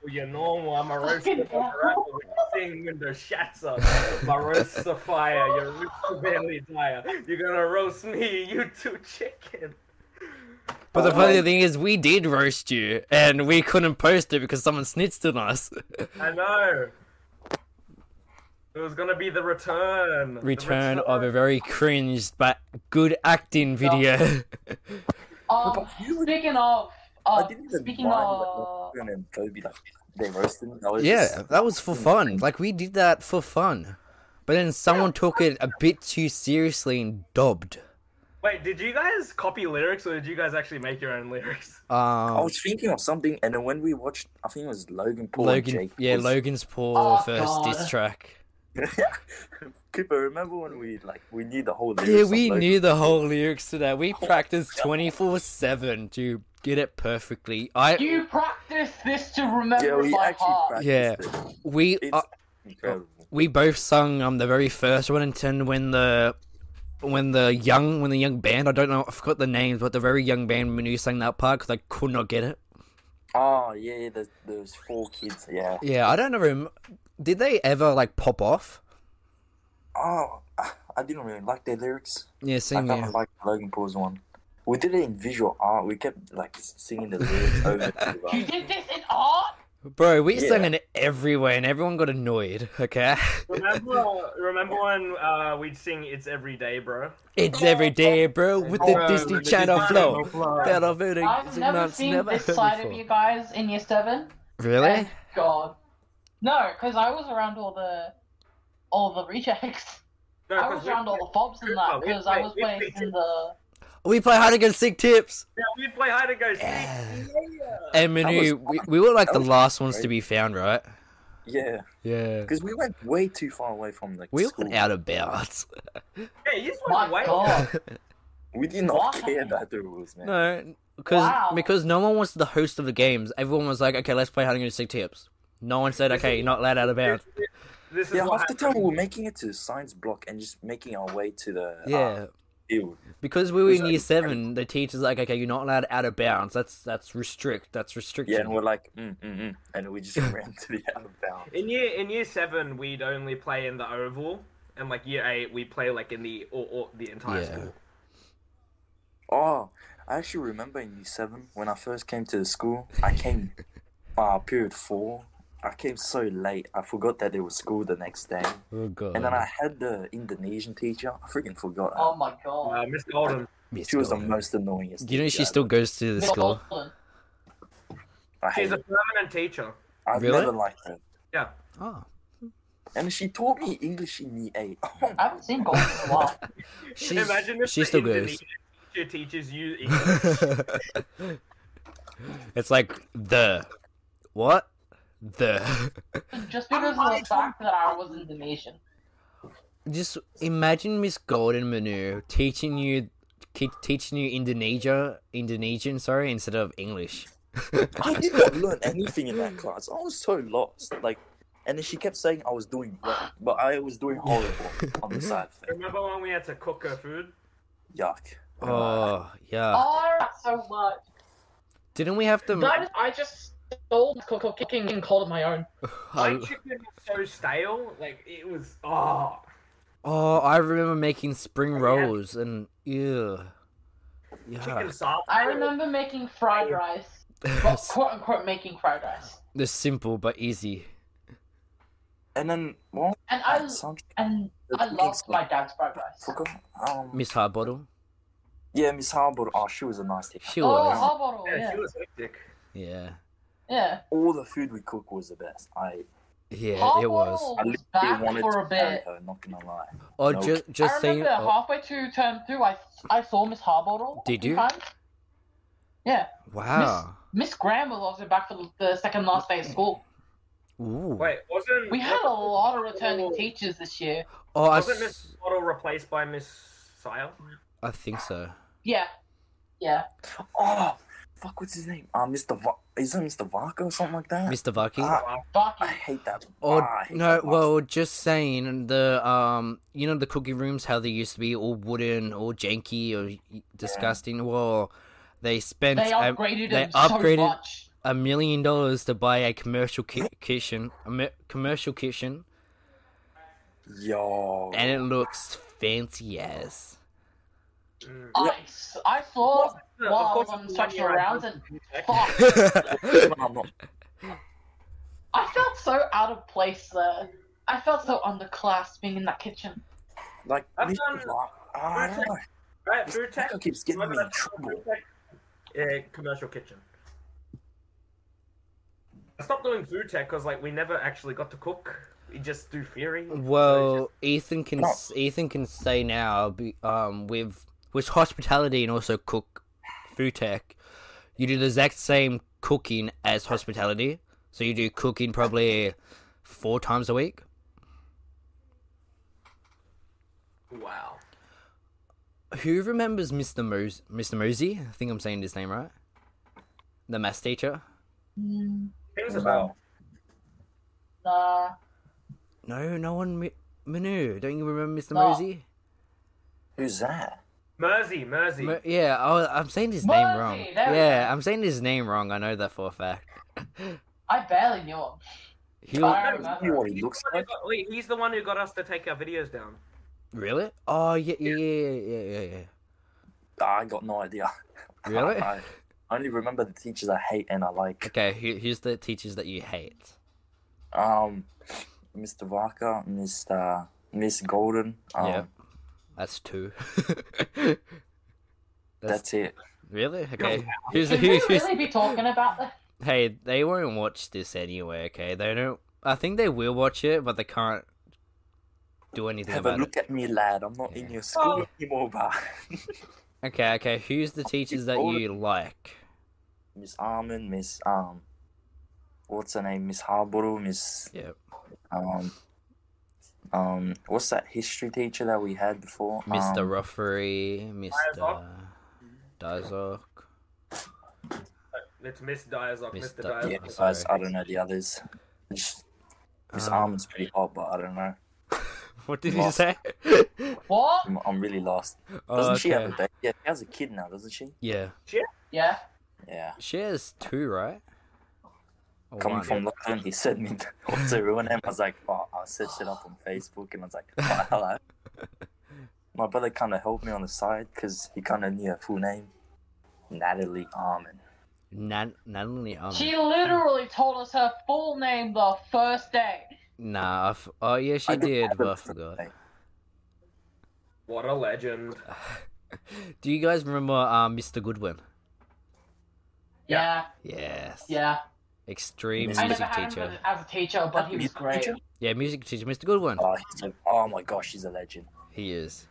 B: You're normal. I'm a roast.
C: Fucking
B: I'm a rapper. When you sing, window shatters. My roasts are fire. Your roots are barely dire. You're gonna roast me, you two chicken.
A: But the funny thing is, we did roast you, and we couldn't post it because someone snitched on us.
B: I know. It was gonna be the return. The
A: Return of a very cringed but good [LAUGHS] acting video.
C: Um, speaking of, uh,
G: I didn't even
C: speaking
G: mind
C: of,
G: like, Lachlan and Kobe like they roasted me. I was
A: yeah,
G: just-
A: that was for fun. Like we did that for fun, but then someone took it a bit too seriously and dobbed.
B: Wait, did you guys copy lyrics or did you guys actually make your own lyrics?
G: I
A: Um,
G: was thinking of something, and then when we watched, I think it was Logan Paul and
A: Logan,
G: Jake.
A: yeah,
G: Paul's-
A: Logan's poor
C: Oh,
A: first diss
C: God.
A: track.
G: Cooper, remember when we like we knew the whole lyrics?
A: Yeah,
G: of
A: we
G: Logan? Oh,
A: knew the whole lyrics to that. We practiced twenty four seven to get it perfectly. I
C: you practice this to
G: Yeah,
C: remember
G: we
C: by
G: actually
C: heart.
G: practiced
A: Yeah.
G: it.
A: we
G: It's
A: uh,
G: incredible.
A: we both sung um the very first one and then when the when the young when the young band I don't know I forgot the names but the very young band when you sang that part because I could not get it.
G: Oh yeah, there's, there's four kids. Yeah.
A: Yeah, I don't know. rem- Did they ever like pop off?
G: Oh, [SIGHS] I I didn't really like their lyrics.
A: Yeah,
G: I
A: same
G: kind
A: here.
G: of like Logan Paul's one. We did it in visual art. We kept like singing the lyrics over and
C: [LAUGHS] You
G: over.
C: did this in art?
A: Bro, we sang
G: Yeah.
A: it everywhere and everyone got annoyed. Okay, [LAUGHS]
B: Remember, remember when uh, we'd sing "It's Every Day, Bro"?
A: it's every day, bro, with the Disney Channel flow. Battlefield
C: I've
A: is
C: never
A: nuts,
C: seen
A: never
C: this
A: heard
C: side
A: before.
C: of you guys in year seven.
A: Really?
C: Thank God. No, because I was around all the, all the rejects.
B: No,
C: I
B: 'cause
C: was
B: we-
C: around all the fobs and that
B: we
C: because I
B: play-
C: was
B: we
C: playing
B: play-
C: in the.
A: We play hard against sick tips.
B: Yeah, we'd play hide and go seek.
A: Yeah.
B: Yeah.
A: And Manu, we, we were like
G: that
A: the
G: was
A: last ones to
G: great.
A: be found, right?
G: Yeah,
A: Yeah.
G: because we went way too far away from like
A: We
G: school.
A: went out of
G: [LAUGHS]
A: bounds.
B: Yeah, you just
C: My
B: went away.
C: God.
G: We did not
C: Why?
G: care about the rules, man.
A: No, because
C: Wow.
A: because no one was the host of the games. Everyone was like, okay, let's play hiding and seek tips. No one said, okay, you're not allowed out of bounds.
B: This is
G: Yeah,
B: what
G: half the
B: happened.
G: time we were making it to the science block and just making our way to the uh,
A: Yeah,
G: field.
A: because we were in
G: so
A: year
G: it's like-
A: seven, the teacher's like, okay, you're not allowed out of bounds. That's that's restrict. That's
G: Yeah, and
A: restriction.
G: we're like, mm, mm, mm, and we just ran to the out of bounds.
B: In year in year seven, we'd only play in the oval, and like year eight, we play like in the or, or the entire
A: Yeah.
B: school.
G: Oh, I actually remember in year seven when I first came to the school.
A: [LAUGHS]
G: I came, uh, period four. I came so late. I forgot that it was school the next day,
A: Oh god.
G: and then I had the Indonesian teacher. I freaking forgot. Her.
C: Oh my God.
B: Uh, Miss Golden.
A: Missed
G: she was the
A: God.
G: most annoyingest.
A: You know
G: teacher
A: she still goes to the school.
C: Golden.
G: I hate
B: She's a
G: her.
B: permanent teacher.
G: I've
A: Really?
G: never liked her.
B: Yeah.
G: [LAUGHS]
A: Oh,
G: And she taught me English in year eight. [LAUGHS] Oh,
C: I haven't seen Golden in a while.
A: she's,
B: Imagine if
A: she
B: the
A: still goes.
B: Indonesian teacher teaches you.
A: [LAUGHS]
B: English.
A: it's like the what the [LAUGHS]
C: Just because of the fact that I was Indonesian.
A: just imagine Miss Golden Manu teaching you te- teaching you Indonesia Indonesian sorry instead of English.
G: I did not learn anything in that class. I was so lost. Like, and then she kept saying I was doing well, but I was doing horrible on
A: [LAUGHS]
G: the side.
B: Remember when we had to cook her food?
G: Yuck.
A: Oh yeah.
C: Oh, so much.
A: Didn't we have to?
C: I just, I just stole cook- cook- cooking and called it my own.
B: My
A: I-
B: chicken was so stale. Like it was. Oh.
A: oh, I remember making spring rolls and ew. Yeah.
B: Chicken soft.
C: I remember making fried rice.
A: [LAUGHS]
C: Well, quote unquote, making fried rice.
A: They're simple but easy.
G: And then well,
C: And I
G: sound-
C: and I loved my dad's fried rice.
G: forgot. Um,
A: Miss Harbottle.
G: yeah, Miss Harbour. Oh, she was a nice teacher.
A: She
C: Oh,
A: was.
C: Harbottle,
B: Yeah,
C: yeah.
B: she was hectic.
A: Yeah.
C: Yeah.
G: All the food we cooked was the best. I,
A: Yeah, it was.
G: I
C: Harbottle
G: literally
C: back
G: wanted
C: Oh, for
G: to
C: a
G: marry
C: bit.
G: her. Not gonna lie.
A: Or
G: No.
A: just just
C: I
A: saying.
C: remember
A: oh,
C: halfway through term two, I I saw Miss Harbottle.
A: Did you?
C: sometimes. Yeah.
A: wow. oh,
C: Miss Graham was also back for the, the second last day of school.
A: Ooh.
B: Wait, wasn't
C: We had a lot of returning teachers this year.
A: oh, I,
B: wasn't
A: s-
B: Miss Waddle replaced by Miss Sile?
A: I think so.
C: Yeah. Yeah.
G: Oh, fuck, what's his name? Uh, Mr. Va- is it Mr. Varka or something like that?
A: Mr. Bucky.
G: Ah, I
C: Barking.
G: hate that.
A: Or
G: Ah, I hate
A: Oh, no,
G: that bastard.
A: well, just saying the um, you know the cookie rooms how they used to be all wooden, all janky, or disgusting. Well, they spent
C: They
A: a,
C: upgraded
A: um, they
C: him
A: upgraded-
C: so much.
A: a million dollars to buy a commercial ki- kitchen, a mi- commercial kitchen,
G: Yo.
A: and it looks fancy as.
B: Mm.
C: I, s- I saw
B: No,
C: while
B: of
C: I
B: course
C: was on
B: it's
C: stretching
B: one year
C: around
B: old.
C: and fuck, I felt so out of place there. I felt so underclass being in that kitchen.
G: like,
B: I've
G: Mr.
C: um,
B: done-
G: Var- I don't know.
B: Right, food tech.
G: Varka keeps getting me in trouble.
B: Yeah, commercial kitchen. I stopped doing food tech because like we never actually got to cook. We just do theory. So it's
A: Well, Ethan can
G: No.
A: Ethan can say now, be- um, with with hospitality and also cook food tech, you do the exact same cooking as hospitality. So you do cooking probably four times a week.
B: just- wow.
A: Who remembers Mr. Mos Mr. Mosey? I think I'm saying his name right. The math teacher.
C: Mm,
B: Things are
G: Wow.
C: Nah.
A: No, no one. Mi- Manu, don't you remember Mr.
C: No.
A: Mosey?
G: Who's that?
B: Mersey, Mersey.
A: Mo- yeah, I, I'm saying his name
C: Mosey,
A: wrong.
C: there we
A: Yeah, I'm saying his name wrong. I know that for a fact. [LAUGHS]
C: I barely knew him.
A: He was-
C: I don't
G: You know
C: remember.
G: what he
B: He's
G: looks
B: the one who
G: like?
B: got- wait, he's the one who got us to take our videos down.
A: Really? Oh yeah, yeah, yeah, yeah, yeah, yeah.
G: I got no idea. [LAUGHS]
A: Really?
G: I I only remember the teachers I hate and I like.
A: okay, who, who's the teachers that you hate?
G: Um, Mr. Varka, Mr. Miss Golden. Um,
A: Yeah. That's two. [LAUGHS]
G: That's it.
A: really okay. Who's,
C: Should
A: [LAUGHS] who's,
C: we
A: who's
C: really be talking about that?
A: Hey, they won't watch this anyway. Okay, they don't. I think they will watch it, but they can't do anything
G: Have a
A: about it.
G: look at me, lad. I'm not in your school anymore, but
A: Okay, okay. Who's the teachers that
G: all of
A: you like?
G: [LAUGHS] Miss Armin, Miss um, what's her name? Miss Harbour, Miss
A: Yeah,
G: um, um, what's that history teacher that we had before?
A: Mr.
G: Um,
A: Ruffery, Mr. Dizok.
B: It's Miss Diazok,
A: Miss
B: Mr.
A: Di-
B: Diazok.
G: yeah,
A: I'm
G: so I,
A: Oh, sorry.
G: I don't know the others. Miss Miss
A: Um,
G: Armin's pretty hot, but I don't know.
A: [LAUGHS] What did you
G: Lost.
A: say?
C: What?
G: I'm, I'm really lost. [LAUGHS] Doesn't
A: oh,
G: she have a
A: okay.
G: baby? Yeah, she has a kid now, doesn't she?
A: Yeah.
C: Yeah.
G: Yeah.
A: She has two, right? Or
G: Coming
A: one?
G: from London, he
A: [LAUGHS]
G: sent me what's everyone name. I was like, oh, I searched it up on Facebook and I was like, oh, hello.
A: [LAUGHS]
G: My brother kind of helped me on the side because he kind of knew her full name Natalie Armin.
A: Nan- Natalie um, Armin.
C: She literally told us her full name the first day.
A: Nah, I f- oh yeah, she
G: I didn't
A: did,
G: have
A: but I
G: it for-
A: forgot. [LAUGHS]
B: What a legend.
A: Do you guys remember uh, Mr. Goodwin?
C: Yeah.
A: Yes.
C: Yeah.
A: Extreme
G: He's
C: I
A: music
C: never had him
A: teacher.
C: as- as a teacher, but he was great.
A: Yeah, music teacher, Mr. Goodwin.
G: Oh, he's a, oh my gosh, he's a legend.
A: He is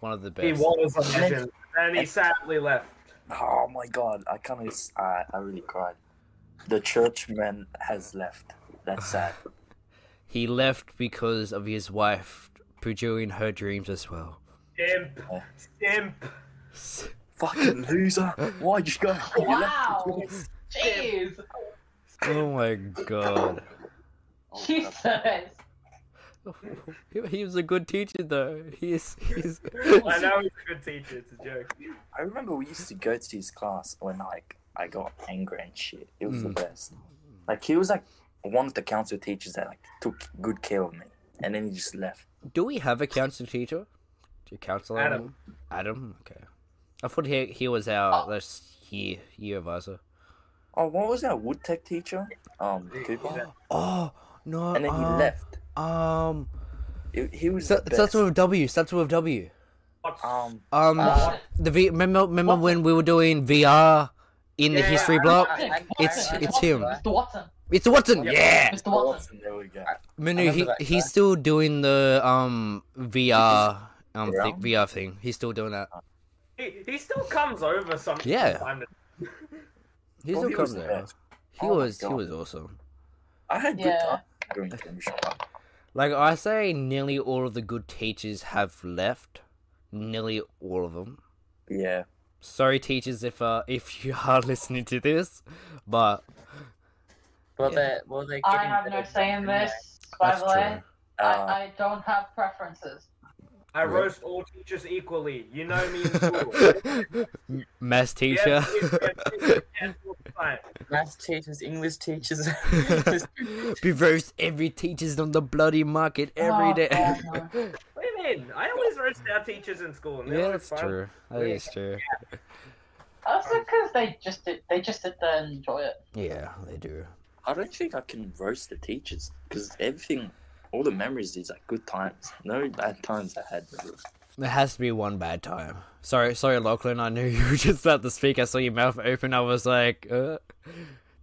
A: one of the
B: He
A: best.
B: was a legend. And he sadly left.
G: Oh my god, I kind of, I, I really cried. The churchman has left. That's
A: [LAUGHS]
G: sad.
A: He left because of his wife pursuing her dreams as well.
B: Simp.
A: [LAUGHS]
B: Simp.
G: Fucking loser. Why'd you go? You left the
C: Wow.
G: church.
C: Jeez.
A: Oh my god.
C: Oh, Jesus.
A: [LAUGHS] He, he was a good teacher though. He is.
G: [LAUGHS]
A: He's...
B: I know he's a good teacher. It's a joke.
G: I remember we used to go to his class when like I got angry and shit. It was the
A: Mm.
G: best. Like he was like one of the council teachers that like took good care of me, and then he just left.
A: Do we have a counselor teacher? Do you counsel
B: Adam.
A: anyone? Adam. Okay. I thought he he was our last year year advisor.
G: Oh, what was that wood tech teacher? Um,
A: [GASPS]
G: Cooper.
A: Oh no.
G: And then he
A: um,
G: left.
A: Um,
G: It, he was
A: so,
G: the
A: starts
G: best.
A: with W. Starts with W.
B: What's-
G: Um,
A: Um,
C: Uh,
A: the V. Remember, remember when we were doing VR in the
B: Yeah,
A: history
B: I-
G: [LAUGHS]
A: block?
E: I-
A: It's-
E: I- I-
A: it's him.
E: I-
C: Mr. Watson.
A: It's Watson. Yeah.
C: Mr. Watson.
G: there we go.
A: Manu, he,
E: remember that
A: he's
E: guy.
A: still doing the um VR um thi-
G: around?
A: VR thing. He's still doing that.
B: He, he still comes over some
A: Yeah.
B: time to-
A: He's
G: Well,
A: still
G: he was
A: coming
G: the
A: there.
G: best.
A: He
G: Oh my
A: was he
G: God.
A: was awesome.
G: I had good
C: Yeah.
G: time during chemistry.
A: Like I say, nearly all of the good teachers have left. Nearly all of them.
G: Yeah.
A: Sorry, teachers, if uh, if [LAUGHS] you are listening to this, but [LAUGHS]
E: Well,
A: Yeah.
E: they're, well, they're
C: I
E: getting
C: have no
E: better
C: say in
E: anyway.
C: this, by
A: that's
C: the way.
A: true.
G: Uh,
C: I, I don't have preferences.
B: I
A: Right.
B: roast all teachers equally. You know
A: [LAUGHS]
B: me in school.
A: M- Mass teacher.
B: Yes, yes, yes, yes, all the time.
E: Math teachers, English teachers. [LAUGHS]
A: [LAUGHS] Reverse every teacher's on the bloody market every
C: Oh,
A: day.
C: God, no.
B: What do you mean? I always roast our teachers in school. And
A: [LAUGHS]
B: they're
A: yeah,
B: always
A: that's
B: fine.
A: true. That is true.
C: Also, because they just did, they just sit there and enjoy it.
A: Yeah, they do.
G: I don't think I can roast the teachers because everything, all the memories is like good times. No bad times I had.
A: There has to be one bad time. Sorry, sorry, Lachlan. I knew [LAUGHS] you were just about to speak. I saw your mouth open. I was like, uh.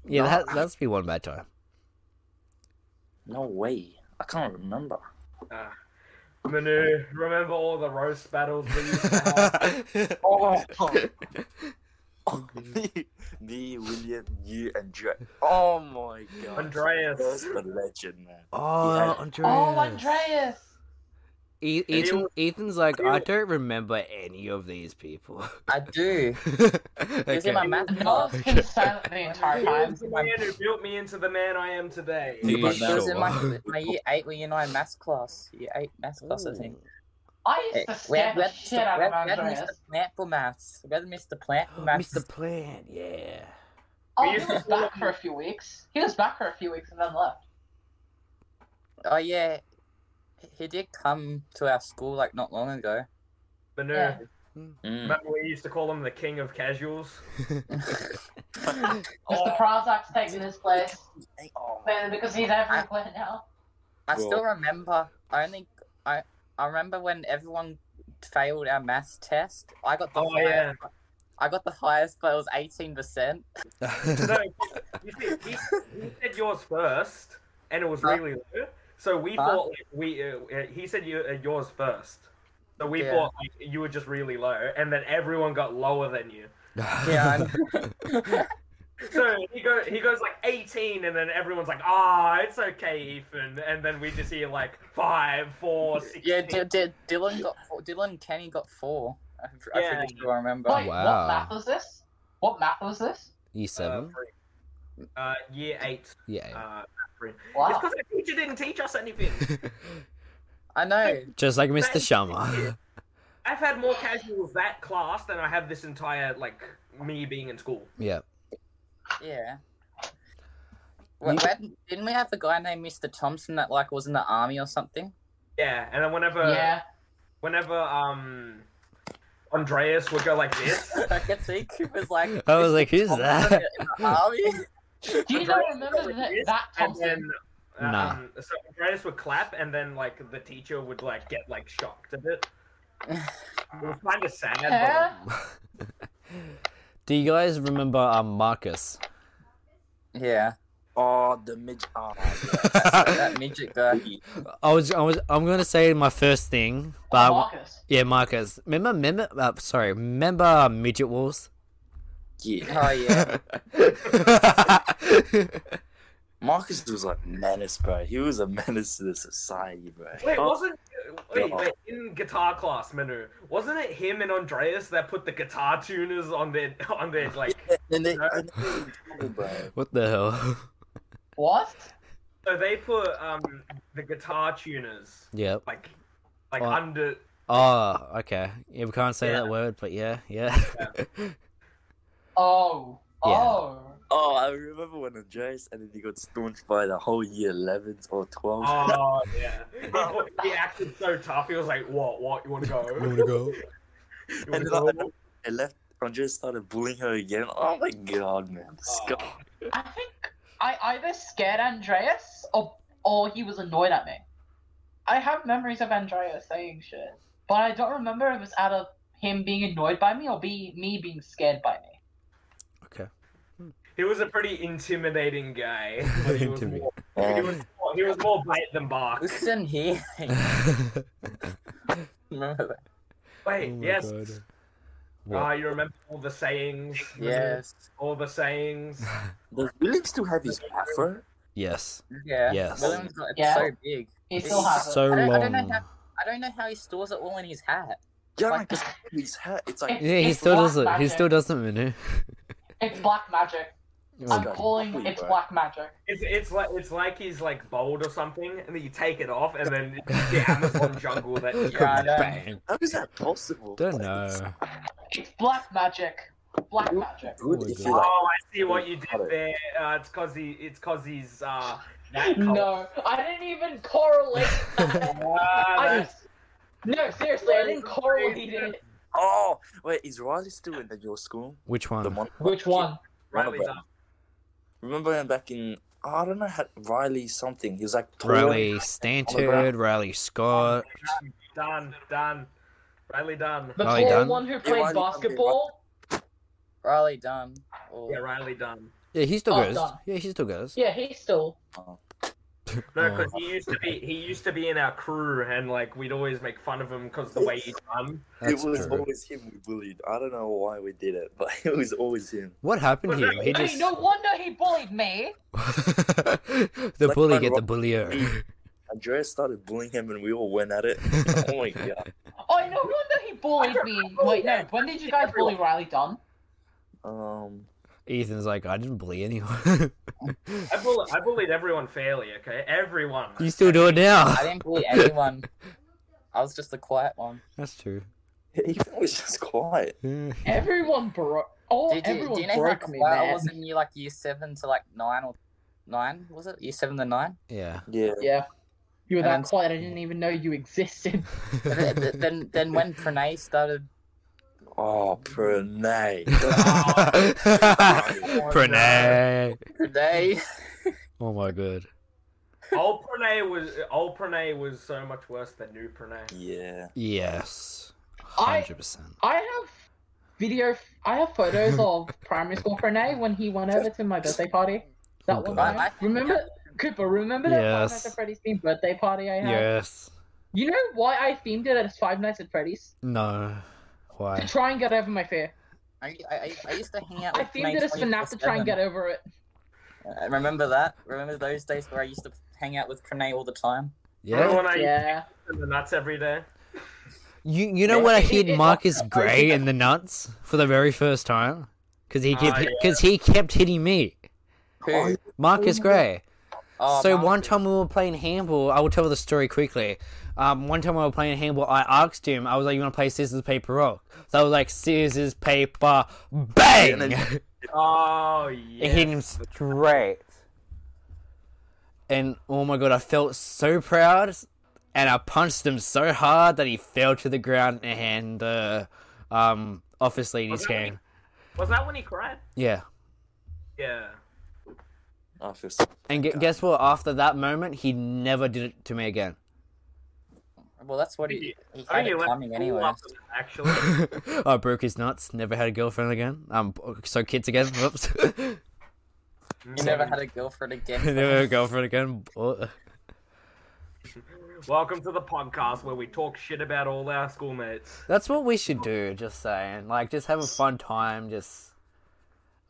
A: yeah, that that has to be one bad time.
G: No way. I can't remember.
B: Ah. Manu, remember all the roast battles we used to
A: [LAUGHS]
B: have?
G: Oh, [LAUGHS] me, me, William, you, and Dre. Oh my god. That's
B: Andreas.
G: the legend, man.
A: oh,
G: Yeah.
A: Andreas.
C: Oh, Andreas!
A: E-
B: And
A: Ethan,
B: you-
A: Ethan's like,
B: you-
A: I don't remember any of these people.
E: I do. These are
A: okay.
E: my math
C: I
E: class.
C: was
A: [LAUGHS]
C: been silent the entire
B: He
C: time.
B: was the man who built me into the man I am today.
A: Do you
E: It was in my,
A: sure?
E: my year eight or year nine maths class. Year eight maths class,
A: [GASPS]
E: I think.
C: I used
E: Eh,
C: to scare the shit out of
E: we had
C: Andreas.
E: Mr. Plant for maths. We had Mr. Plant
A: [GASPS]
E: for maths.
A: Mr. Plant, yeah.
C: Oh,
B: We
C: he
B: used to
C: was
B: call [LAUGHS]
C: back
B: him-
C: for a few weeks. He was back for a few weeks and then left.
E: Oh yeah, He- he did come to our school like not long ago.
B: Manu,
C: Yeah.
G: Mm.
B: remember we used to call him the king of casuals? Oh.
C: Mr. Prazak's taking his place
G: Oh,
C: man, because he's everywhere now.
E: I
G: Well-
E: still remember. I only I I remember when everyone failed our maths test. I got the
B: Oh,
E: highest,
B: yeah.
E: I got the highest, but it was eighteen percent.
B: No, you see, he, he said yours first, and it was
E: Huh?
B: really low. So we
E: Huh?
B: thought like, we. Uh, uh, he said you, uh, yours first. So we
E: Yeah.
B: thought like, you were just really low, and then everyone got lower than you.
E: [LAUGHS] Yeah,
A: [LAUGHS]
B: So he go he goes like 18, and then everyone's like, ah, it's okay, Ethan. And then we just hear like five, four, six. uh,
E: Yeah, D- D- Dylan got four. Dylan Kenny got four. I'm pr- I'm pretty
B: Yeah.
E: sure I remember.
C: Wait,
A: Wow.
C: what math was this? What math was this?
A: E
B: uh,
A: E7?
B: three. uh, year eight.
A: yeah.
B: Uh, It's
C: Wow.
B: because the teacher didn't teach us anything.
E: I know.
A: Just like
B: Thank
A: Mr.
B: you.
A: Sharma. [LAUGHS]
B: I've had more casuals that class than I have this entire like me being in school.
A: yeah.
E: Yeah. Wait,
A: You-
E: where- didn't we have a guy named Mr. Thompson that like was in the army or something? [LAUGHS]
B: Yeah, and then whenever
C: Yeah.
B: whenever um Andreas would go like this,
E: [LAUGHS] I could see Cooper's
A: [LAUGHS]
E: like.
A: I was like, who's
E: "Mr. Thompson
A: that?"
E: In the army?
C: Do you not remember that, that
B: and
C: Thompson?
B: then um,
A: Nah.
B: so Andreas would clap, and then like the teacher would like get like shocked a bit. It was kind of sad. but,
C: Yeah?
A: Do you guys remember um, Marcus?
E: Yeah,
G: oh the mid. Oh,
E: that midget
G: [LAUGHS]
E: guy.
A: I was, I was, I'm gonna say my first thing,
E: Uh-huh.
A: but
C: Marcus.
A: yeah, Marcus. Remember, remember, uh, sorry, remember uh, midget walls?
G: yeah.
E: Oh yeah.
G: Marcus was like menace, bro. He was a menace to the society, bro.
B: Wait, wasn't wait,
G: God.
B: wait in guitar class, Manu? Wasn't it him and Andreas that put the guitar tuners on their [LAUGHS] on their like?
G: And they, and they
B: [LAUGHS]
G: were in trouble, bro.
A: what the hell?
C: What?
B: So they put um the guitar tuners
A: Yep.
B: like like
A: Oh.
B: under.
A: Oh, okay. Yeah, we can't say
B: Yeah.
A: that word, but yeah, yeah.
C: Oh.
A: Yeah.
C: Oh.
G: Oh, I remember when Andreas and then he got staunched by the whole year 11s or 12s.
B: Oh yeah, He- he acted so tough. He was like, "What? What? You want to go? You
A: go?
B: wanna
G: And then I-
B: go?"
G: I left. Andreas started bullying her again. Oh my god, man.
B: Ah.
G: This guy.
C: I think I either scared Andreas or or he was annoyed at me. I have memories of Andreas saying shit, but I don't remember if it was out of him being annoyed by me or be me being scared by me.
A: Okay.
B: He was a pretty intimidating
A: [LAUGHS]
B: guy. but He was,
A: Intimidating.
B: more, he was more- he was more bite than bark.
E: Listen here. [LAUGHS] remember that?
B: Wait, yes.
A: Oh What?
B: Ah, you remember all the sayings?
E: Yes.
B: all the sayings.
A: [LAUGHS]
G: Does William still have his afro?
A: Yes.
E: Yeah.
A: Yes.
E: William's got it's
C: Yeah.
E: so big.
C: He still has it.
A: So
E: I
A: long.
E: don't- I don't know how- I don't know how he stores it all in his hat.
G: Yeah,
E: Like-
G: like
A: [LAUGHS]
G: just his hat. It's like
A: yeah, he
C: It's
A: still
C: black
A: doesn't. He
C: magic.
A: still doesn't, Oh. Manu.
C: It's black magic.
E: Oh
C: I'm
G: God.
C: calling it's black magic.
B: It's, it's like it's like he's like bold or something, and then you take it off, and
A: [LAUGHS]
B: then it's the Amazon jungle that
E: Yeah. I know.
A: Bang.
G: how is that possible?
A: Don't
G: Like,
A: know.
G: it's
C: It's black magic. Black magic.
G: Good
A: Oh my
G: if
A: God.
G: you
B: Oh,
G: like.
B: I see what you did there. Uh, it's cause he, it's cause he's uh. that color.
C: No, I didn't even correlate [LAUGHS] that.
B: Ah,
C: I
B: [LAUGHS] that's-
C: just, no, seriously, I didn't correlate it.
G: Oh wait, is Riley still in the, your school?
A: Which one?
G: The one.
C: Which one?
B: Riley's
G: Robert.
B: up.
G: Remember him back in? oh, I don't know, how, Riley something. He was like tall.
A: Riley Stanford, Riley Scott.
B: done, done. Riley done.
C: The
A: Oh, he
C: tall
A: done?
C: one who
G: why
C: played
G: did he
C: basketball?
E: Riley Dunn. Or
B: Yeah, Riley done.
A: Yeah, he still
C: Oh,
A: goes.
C: done.
A: Yeah, he still goes.
C: Yeah, he still.
A: Oh.
B: No, because he used to be he used to be in our crew, and like we'd always make fun of him because the way he done.
A: That's
G: it was
A: true.
G: always him we bullied. I don't know why we did it, [LAUGHS] but it was always him.
A: What happened to him? He
C: Hey,
A: just
C: no wonder he bullied me.
A: the
G: Like
A: bully
G: when
A: get [LAUGHS] the
G: Rob-
A: bullier.
G: Andreas started bullying him, and we all went at it. [LAUGHS] oh
A: [LAUGHS]
G: my god!
C: Oh, no wonder he bullied me. Wait, no, when did you guys bully Riley Dunn?
G: Um,
A: Ethan's like, I didn't bully [LAUGHS] anyone.
B: I bull I bullied everyone fairly. Okay, everyone.
A: you still do it now.
E: I didn't bully anyone. I was just the quiet one.
A: [LAUGHS] That's true.
G: Ethan was just quiet.
A: Yeah.
C: Everyone broke. Oh,
E: Did you,
C: everyone
E: do you know how
C: broke
E: quiet
C: me,
E: I
C: man.
E: was in year like year seven to like nine or nine? Was it year seven to nine?
C: [LAUGHS]
G: [LAUGHS]
A: Yeah.
G: Yeah.
C: Yeah. You were that
E: And-
C: quiet, I didn't even know you existed.
E: Th- th- then then when Pranay started,
G: Oh,
A: [LAUGHS]
G: Pranay.
A: Pranay.
C: [LAUGHS]
E: Pranay
A: Oh my god.
B: Old Pranay was old Pranay was so much worse than new Pranay.
G: yeah.
A: Yes.
C: I-
A: Hundred percent.
C: I have video, I have photos of primary school Pranay when he went over to my birthday party. That
A: Oh,
C: one
A: God.
C: time. Remember, Cooper, remember that Five
A: Yes.
C: Nights at Freddy's themed birthday party I had?
A: Yes.
C: You know why I themed it as Five Nights at Freddy's?
A: No.
C: To [LAUGHS]
A: Why?
C: try and get over my fear.
E: I, I, I used to hang out.
C: I
E: With
C: themed it as FNAF to try and get over it.
E: it. Remember that? Remember those days where I used to hang out with Pranay all the time?
A: Yeah.
B: When I
C: Yeah.
B: in the nuts every day.
A: You you know
C: Yeah,
A: when I
C: it-
A: hid
C: it- it-
A: Marcus
C: I- I-
A: Gray in the nuts for the very first time? Because he
B: Ah,
A: kept
B: yeah.
A: because he kept hitting me,
E: Who?
A: Marcus Gray.
E: Oh,
A: so
E: Mark-
A: one time we were playing handball. I will tell the story quickly. Um, one time we were playing handball. I asked him. I was like, "You want to play scissors paper rock?" So I was like, "Scissors paper, bang!"
G: And then-
B: Oh
A: It hit
B: yeah.
A: him straight. And oh my god, I felt so proud, and I punched him so hard that he fell to the ground and uh, um, obviously in his
B: Okay.
A: hand.
B: Was that when he cried?
A: Yeah.
B: Yeah.
G: I feel so-
A: And gu guess what? After that moment, he never did it to me again. [LAUGHS]
E: Well, that's what he, he
B: I
E: had
B: think he
E: it
B: left
E: coming
B: school
E: anyway.
B: after that, actually.
A: I broke his nuts. Never had a girlfriend again. Um, so kids again. [LAUGHS] Whoops.
E: [LAUGHS] You never had a girlfriend
C: [LAUGHS]
E: again.
A: never had a girlfriend again. Oh.
B: Welcome to the podcast where we talk shit about all our schoolmates.
A: That's what we should do. Just saying, like, just have a fun time. Just,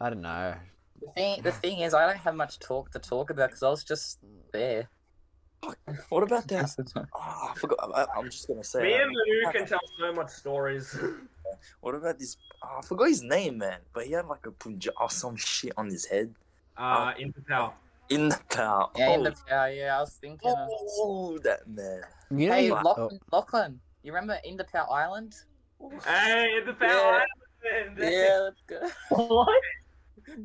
A: I don't know.
E: The thing, the thing is, I don't have much talk to talk about because I was just there.
G: What
E: [LAUGHS]
G: about that?
E: That's
G: Oh, I forgot. I, I'm just gonna say.
B: Me
G: that.
B: and Manu can tell so much stories. [LAUGHS]
G: What about this? Oh, I forgot his name, man. But he had like a punja or some shit on his head.
B: Uh,
E: Oh.
B: in detail.
G: In the power.
E: yeah, in
G: oh,
E: the, yeah, yeah, I was thinking. Of...
G: oh, that man.
A: You know,
E: Hey,
A: you- Oh.
E: Lachlan, Lachlan, you remember Inderpow Island?
B: Hey, in the
E: Yeah.
B: power.
E: [LAUGHS] Yeah, that's good.
C: What?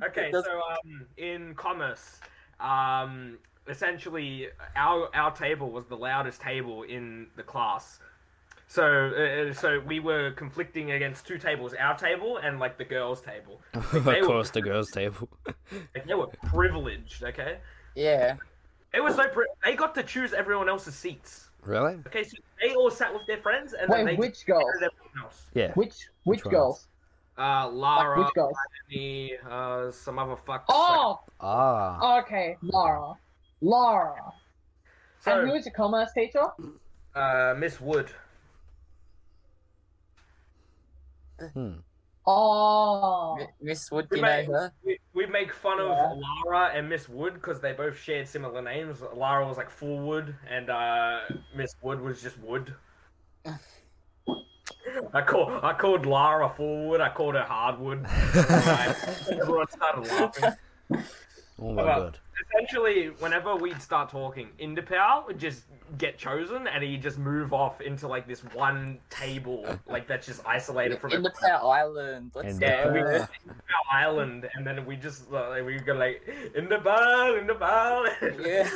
B: [LAUGHS] Okay,
E: That's-
B: so um, in commerce, um, essentially our our table was the loudest table in the class. So uh, uh, so we were conflicting against two tables, our table and like the girls' table.
A: of
B: they were-
A: course, the girls' table.
B: Like, they were privileged, okay?
E: Yeah.
B: It was so pri- they got to choose everyone else's seats.
A: Really?
B: Okay, so they all sat with their friends and then they
C: Wait, which girls?
B: choose everyone else.
A: Yeah.
C: Which which
A: Which ones?
C: girls?
B: Uh,
C: Like,
B: Lara,
C: which girls?
B: Anthony, uh, some other fuck.
C: Oh,
A: Ah.
C: okay, Laura, Laura. and who
B: so
C: was your commerce teacher?
B: uh, Miss Wood.
A: Hmm.
B: [LAUGHS]
C: Oh.
E: M- Miss Wood, do
B: We
E: you know
B: make,
E: her?
B: we, we make fun of Lara and Miss Wood because they both shared similar names. Lara was like Full Wood, and uh, Miss Wood was just Wood. I call I called Lara Fullwood. I called her Hardwood.
E: Oh
B: Everyone started laughing.
A: Oh my
B: Well,
A: god.
B: Essentially, whenever we'd start talking, Indapal would just get chosen, and he'd just move off into like this one table, like that's just isolated from
E: In the
B: everyone.
E: Power Island. Let's
A: In
E: go.
A: the
B: Yeah, we were in our island, and then we just uh, like, we go like in the ball, in the ball,
E: Yeah.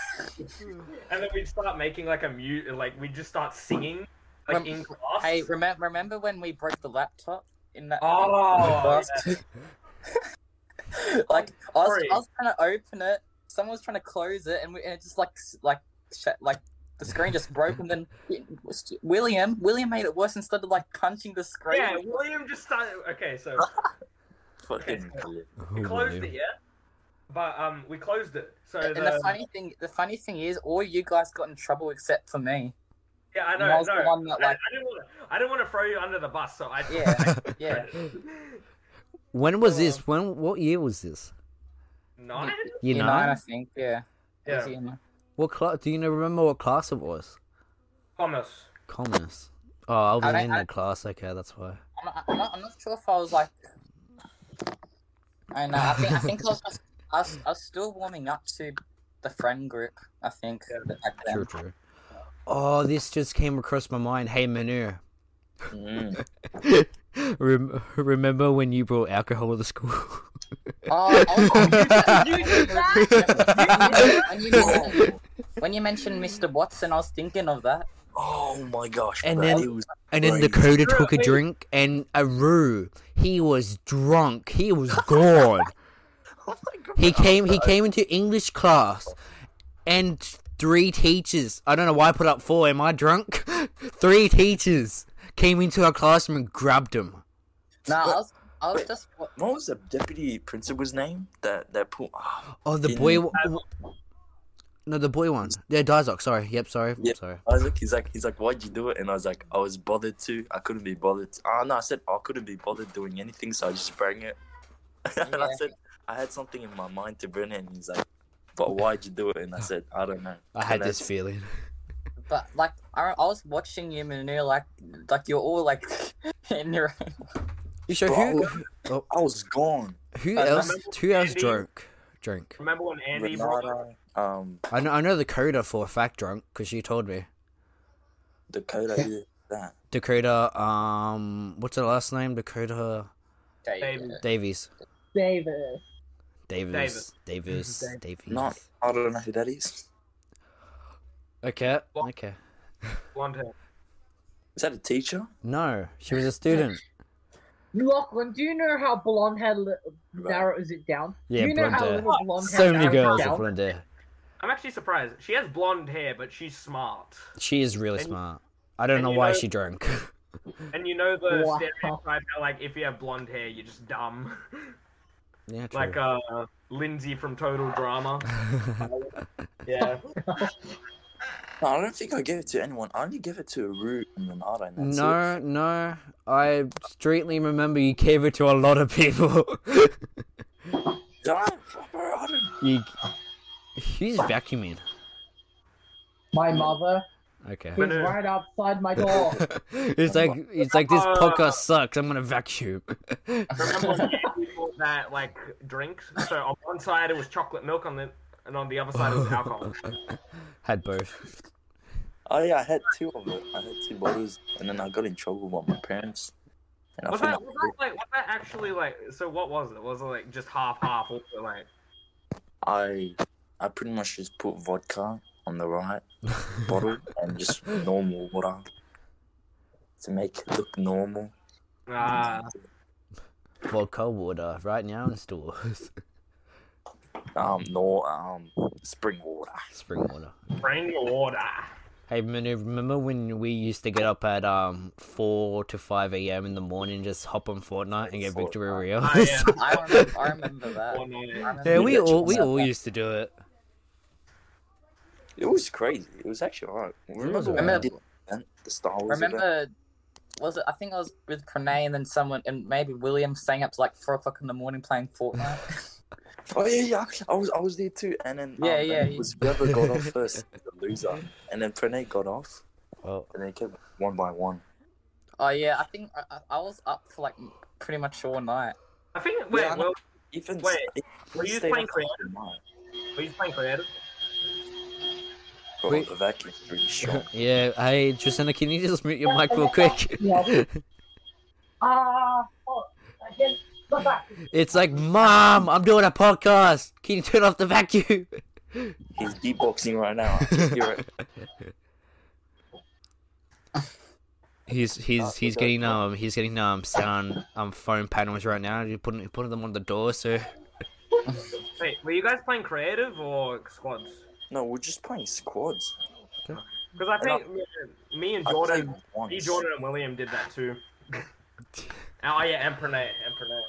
B: [LAUGHS] and then we would start making like a mute, like we just start singing like
E: Rem-
B: in class.
E: Hey, remember remember when we broke the laptop in that?
B: oh, [LAUGHS]
E: [LAUGHS] like I was,
B: Sorry.
E: I was trying to open it, someone was trying to close it, and, we, and it just like s- like sh- like the screen just broke, and then [LAUGHS] it was- William William made it worse instead of like punching the screen.
B: yeah, William just started. Okay, so
E: Oh,
B: [LAUGHS]
G: Fucking idiot.
A: [LAUGHS]
B: we closed it, yeah, but um, we closed it. So
E: and
B: the,
E: the funny thing, the funny thing is, all you guys got in trouble except for me.
B: yeah, I
E: And
B: know,
E: I was
B: no,
E: the one that
B: I, I
E: like,
B: didn't want to, I didn't want to throw you under the bus, so I [LAUGHS]
E: yeah, yeah.
A: [LAUGHS] When was this? When? What year was this?
B: nine.
A: You
E: year
A: know.
E: nine, I think. Yeah. It was
B: Yeah,
E: year nine.
A: What class? Do you know, remember what class it was?
B: Thomas.
A: Commerce. Oh, I wasn't
E: don't-
A: in
E: I-
A: that class. Okay, that's why.
E: I'm, not- I'm, not, I'm not sure if I was like. I know. I think I think I was, just, I was I was still warming up to the friend group. I think back then.
A: True, true. Oh, this just came across my mind. Hey,
E: [LAUGHS]
A: Manu.
E: Mm.
A: Rem- remember when you brought alcohol to school? [LAUGHS]
E: Oh, I was-
C: You did that?
E: when, you mentioned,
A: [LAUGHS]
E: when you mentioned Mr. Watson, I was thinking of that.
G: Oh my gosh.
A: And
G: bro,
A: then-
G: it was
A: And then
G: Right.
A: Dakota took a drink, and Aru, he was drunk. He was gone.
G: Oh
A: He came. He came into English class, and three teachers. I don't know why I put up four. Am I drunk? [LAUGHS] three teachers came into our classroom and grabbed him.
E: No, I was, I was
G: Wait.
E: just.
G: What was the deputy principal's name? That that pool. Oh,
A: Oh, the boy. w- w- No, the boy one. Yeah, Dizok. Sorry. Yep. Sorry.
G: Yeah.
A: Sorry.
G: Isaac. He's like he's like, why'd you do it? And I was like, I was bothered to. I couldn't be bothered. To. Oh no, I said I couldn't be bothered doing anything, so I just bring it. [LAUGHS] and I
E: Yeah.
G: said I had something in my mind to bring it. And he's like, but why'd you do it? And I said, I don't know.
A: I had
G: And
A: this feeling.
E: But like, I, I was watching you, Manu. Like, like you're all like [LAUGHS] in your.
A: So
G: Bro,
A: who?
G: I I was gone.
A: Who
E: I
A: else?
B: remember
A: Who else
B: Andy-
A: drunk? Drink.
B: Remember when Andy brought up
G: Renata, um,
A: I know, I know the coder for a fact drunk because she told me.
G: Dakota. yeah, that.
A: Dakota, um, what's her last name? Dakota
E: David.
A: Davies.
C: Davis.
A: Davis. Davis. Davies.
G: Not. I don't know who that is. Is
A: Okay.
B: What?
A: Okay.
B: blonde hair?
G: that a teacher?
A: No, she was a student.
C: Lachlan, do you know how blonde hair li-
G: Right.
C: narrows it down?
A: Yeah,
C: you know
A: blonde
C: how
A: hair.
C: little blonde hair
A: So many
C: narrows
A: girls
C: it
A: are
C: down?
A: blonde hair.
B: I'm actually surprised. She has blonde hair, but she's smart.
A: She is really
B: And-
A: smart. I don't
B: and
A: know
B: you
A: why
B: know-
A: she drank. [LAUGHS]
B: And you know the
C: Wow.
B: stereotype how like if you have blonde hair, you're just dumb. [LAUGHS]
A: yeah, true.
B: like uh, Lindsay from Total
G: [LAUGHS]
B: Drama.
A: [LAUGHS]
B: yeah.
G: No, I don't think I gave it to anyone. I only gave it to Rue and Renata. And that's it.
A: no, no. I straightly remember you gave it to a lot of people. [LAUGHS]
G: Did I? Bro, I don't
A: you, he's vacuuming.
C: My mother
A: Okay.
C: is
E: uh,
B: Manu.
C: right outside my
E: [LAUGHS]
C: door.
A: [LAUGHS] it's like it's like this podcast sucks. I'm gonna vacuum.
B: Remember when we bought that like drinks? So on one side it was chocolate milk, on the and on the other side it was
G: [LAUGHS]
B: alcohol.
A: [LAUGHS] Had both.
G: Oh yeah, I had two of it. I had two bottles, and then I got in trouble with my parents. And I
B: Was
G: think
B: that, was that like was that actually like so what was it? Was it like just half half or like
G: I, I pretty much just put vodka on the right bottle and just normal water to make it look normal.
B: ah
A: Vodka water right now in stores. [LAUGHS]
G: Um, no, um, spring water.
A: Spring water.
B: bring
G: [LAUGHS]
B: water?
A: Hey, Manu, remember when we used to get up at um four to five a.m. in the morning, just hop on Fortnite and get Victory Royale? [LAUGHS]
B: Oh, yeah.
E: I remember, I remember
G: [LAUGHS]
E: that.
B: uh, Or no.
E: I remember
A: yeah, we
E: that.
A: all we all used to do it. [LAUGHS]
G: It was crazy. It was actually alright. Remember when we
A: alright.
G: did that, the Star Wars? event?
E: Remember was it? I think I was with Pranay and then someone, and maybe William staying up to like four o'clock in the morning playing
G: [LAUGHS]
E: Fortnite.
G: Oh yeah, yeah. actually, I was I was there too, and then
E: Yeah,
G: um,
E: yeah,
G: and it
E: you-
G: was whoever
E: [LAUGHS]
G: got off first, the loser, and then Pranay got off,
A: Oh,
G: and they kept one by one.
E: oh yeah, I think I, I- I was up for like pretty much all night.
B: I think. Wait,
G: Yeah, I know.
B: well,
G: Even
B: Wait,
G: even
B: were you
G: stayed
B: playing
G: up
B: Creative?
G: all night.
B: were you playing creative?
G: Bro,
A: Wait.
G: the vacuum's
A: [LAUGHS]
G: pretty strong.
A: yeah. Hey, Tristina, can you just mute your mic
B: [LAUGHS]
A: real quick? [LAUGHS]
C: Ah, oh, I did. Look back.
A: It's like, Mom, I'm doing a podcast. Can you turn off the vacuum? [LAUGHS]
G: He's beatboxing right now. I can hear it.
A: He's he's he's getting um he's getting um sound um phone panels right now. You're putting you're putting them on the door, so
B: Wait, were you guys playing creative or squads?
G: No, we're just playing squads.
B: Because I think uh, me and Jordan,
G: I played
B: me,
G: once.
B: Jordan, and William did that too. oh yeah, and Pranay, and Pranay.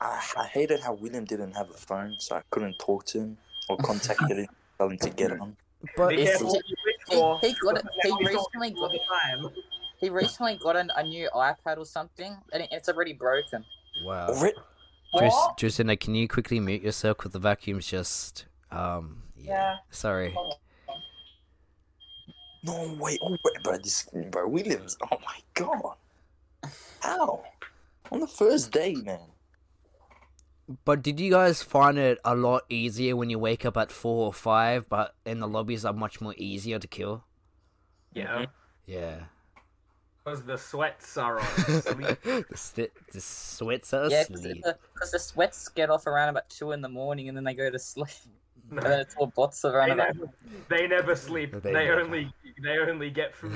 G: I, I hated how William didn't have a phone, so I couldn't talk to him or contact him, tell him to get on.
A: But
B: Be
E: it's-
B: careful what you wish
E: He,
B: for.
E: he got it. He
B: Now you don't
E: recently
B: all
E: got
B: the time.
E: he recently got an, a new iPad or something, and it, it's already broken.
A: wow.
G: Alright,
A: Tris,
C: What?
A: Tristina, can you quickly mute yourself? Cause the vacuum's just um
C: Yeah.
A: Sorry.
G: No way! Oh, wait, bro, this bro Williams. Oh my god! How? On the first day, man.
A: But did you guys find it a lot easier when you wake up at four or five? But and the lobbies are much more easier to kill.
B: Yeah,
A: Yeah.
B: because the sweats are on. Sleep.
A: the, sti the sweats are
E: Yeah, because
A: asleep.
E: the, 'cause the sweats get off around about two in the morning, and then they go to sleep.
G: [LAUGHS]
E: [LAUGHS] and then it's all bots around
B: They
E: about.
B: never, they never sleep.
A: They
B: They,
A: never.
B: only they only
A: [LAUGHS]
B: get food.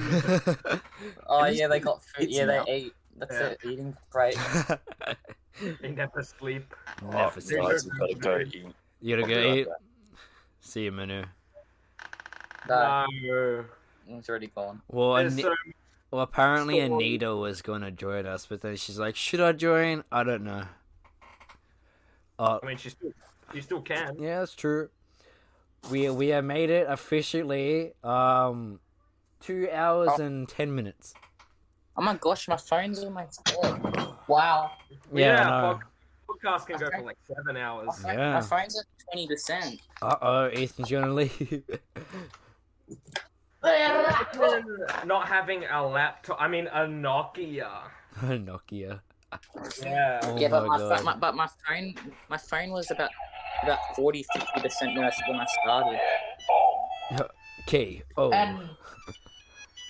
E: Oh
G: It's-
E: yeah, they got food.
G: it's
E: Yeah,
G: now.
E: they eat. That's
B: Yeah.
E: it. Eating break.
B: They never sleep.
A: Oh,
G: Guys,
A: for
B: sure.
G: we gotta go eat.
A: [LAUGHS] you gotta
G: I'll
A: go
G: be right
A: eat.
G: back.
A: See you, Manu.
E: No,
B: No.
E: it's already gone.
A: Well, I
B: There's
A: ne-
B: so
A: well, apparently
B: so-
A: Anita was going to join us, but then she's like, "Should I join? I don't know." Uh,
B: I mean, she still, she still can.
A: yeah, that's true. We we have made it officially. Um, two hours and ten minutes.
E: Oh my gosh, my phone's on my phone.
C: Wow.
A: Yeah, I know.
B: pod- podcast can go for like seven hours.
A: Yeah.
E: My phone's at twenty percent.
A: Uh oh, Ethan's gonna leave. [LAUGHS]
B: Not having a laptop. I mean, a Nokia.
A: Nokia.
B: Yeah.
A: Oh
E: yeah, but
A: my
E: my,
A: god.
E: pho- my but my phone my phone was about about 40 50 percent when I when I started.
A: K O
C: And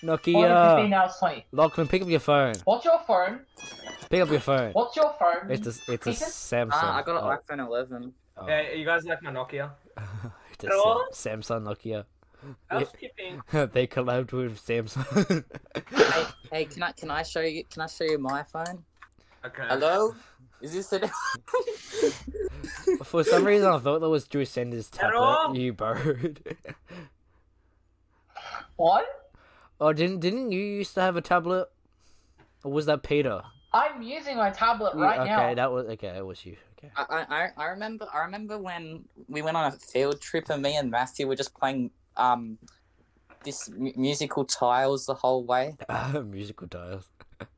A: Nokia.
C: now it's 20.
A: Lachlan, pick up your phone.
C: What's your phone?
A: Pick up your phone.
C: What's your phone?
A: It's a, it's a
C: Ethan?
A: Samsung.
E: Ah, I got
A: Oh,
E: an iPhone 11.
A: oh.
B: Yeah, Uh, you guys like my Nokia?
A: It's a
B: Hello?
A: Sam- Samsung
B: Housekeeping.
A: Nokia. [LAUGHS] they collabed with Samsung. [LAUGHS]
E: Hey, hey, can I can I show you can I show you my phone?
B: Okay.
E: Hello, is this it?
A: For some reason, I thought that was Drew Sanders'
B: Hello?
A: tablet you borrowed. [LAUGHS]
C: What?
A: oh, didn't didn't you used to have a tablet? Or was that Peter?
C: I'm using my tablet
A: You-
C: right
A: okay,
C: now.
A: that was okay. That was you. Okay.
E: [LAUGHS]
A: [LAUGHS]
E: I, I I- I remember I remember when we went on a field trip and me and Matthew were just playing um this mu- musical tiles the whole way.
A: musical tiles.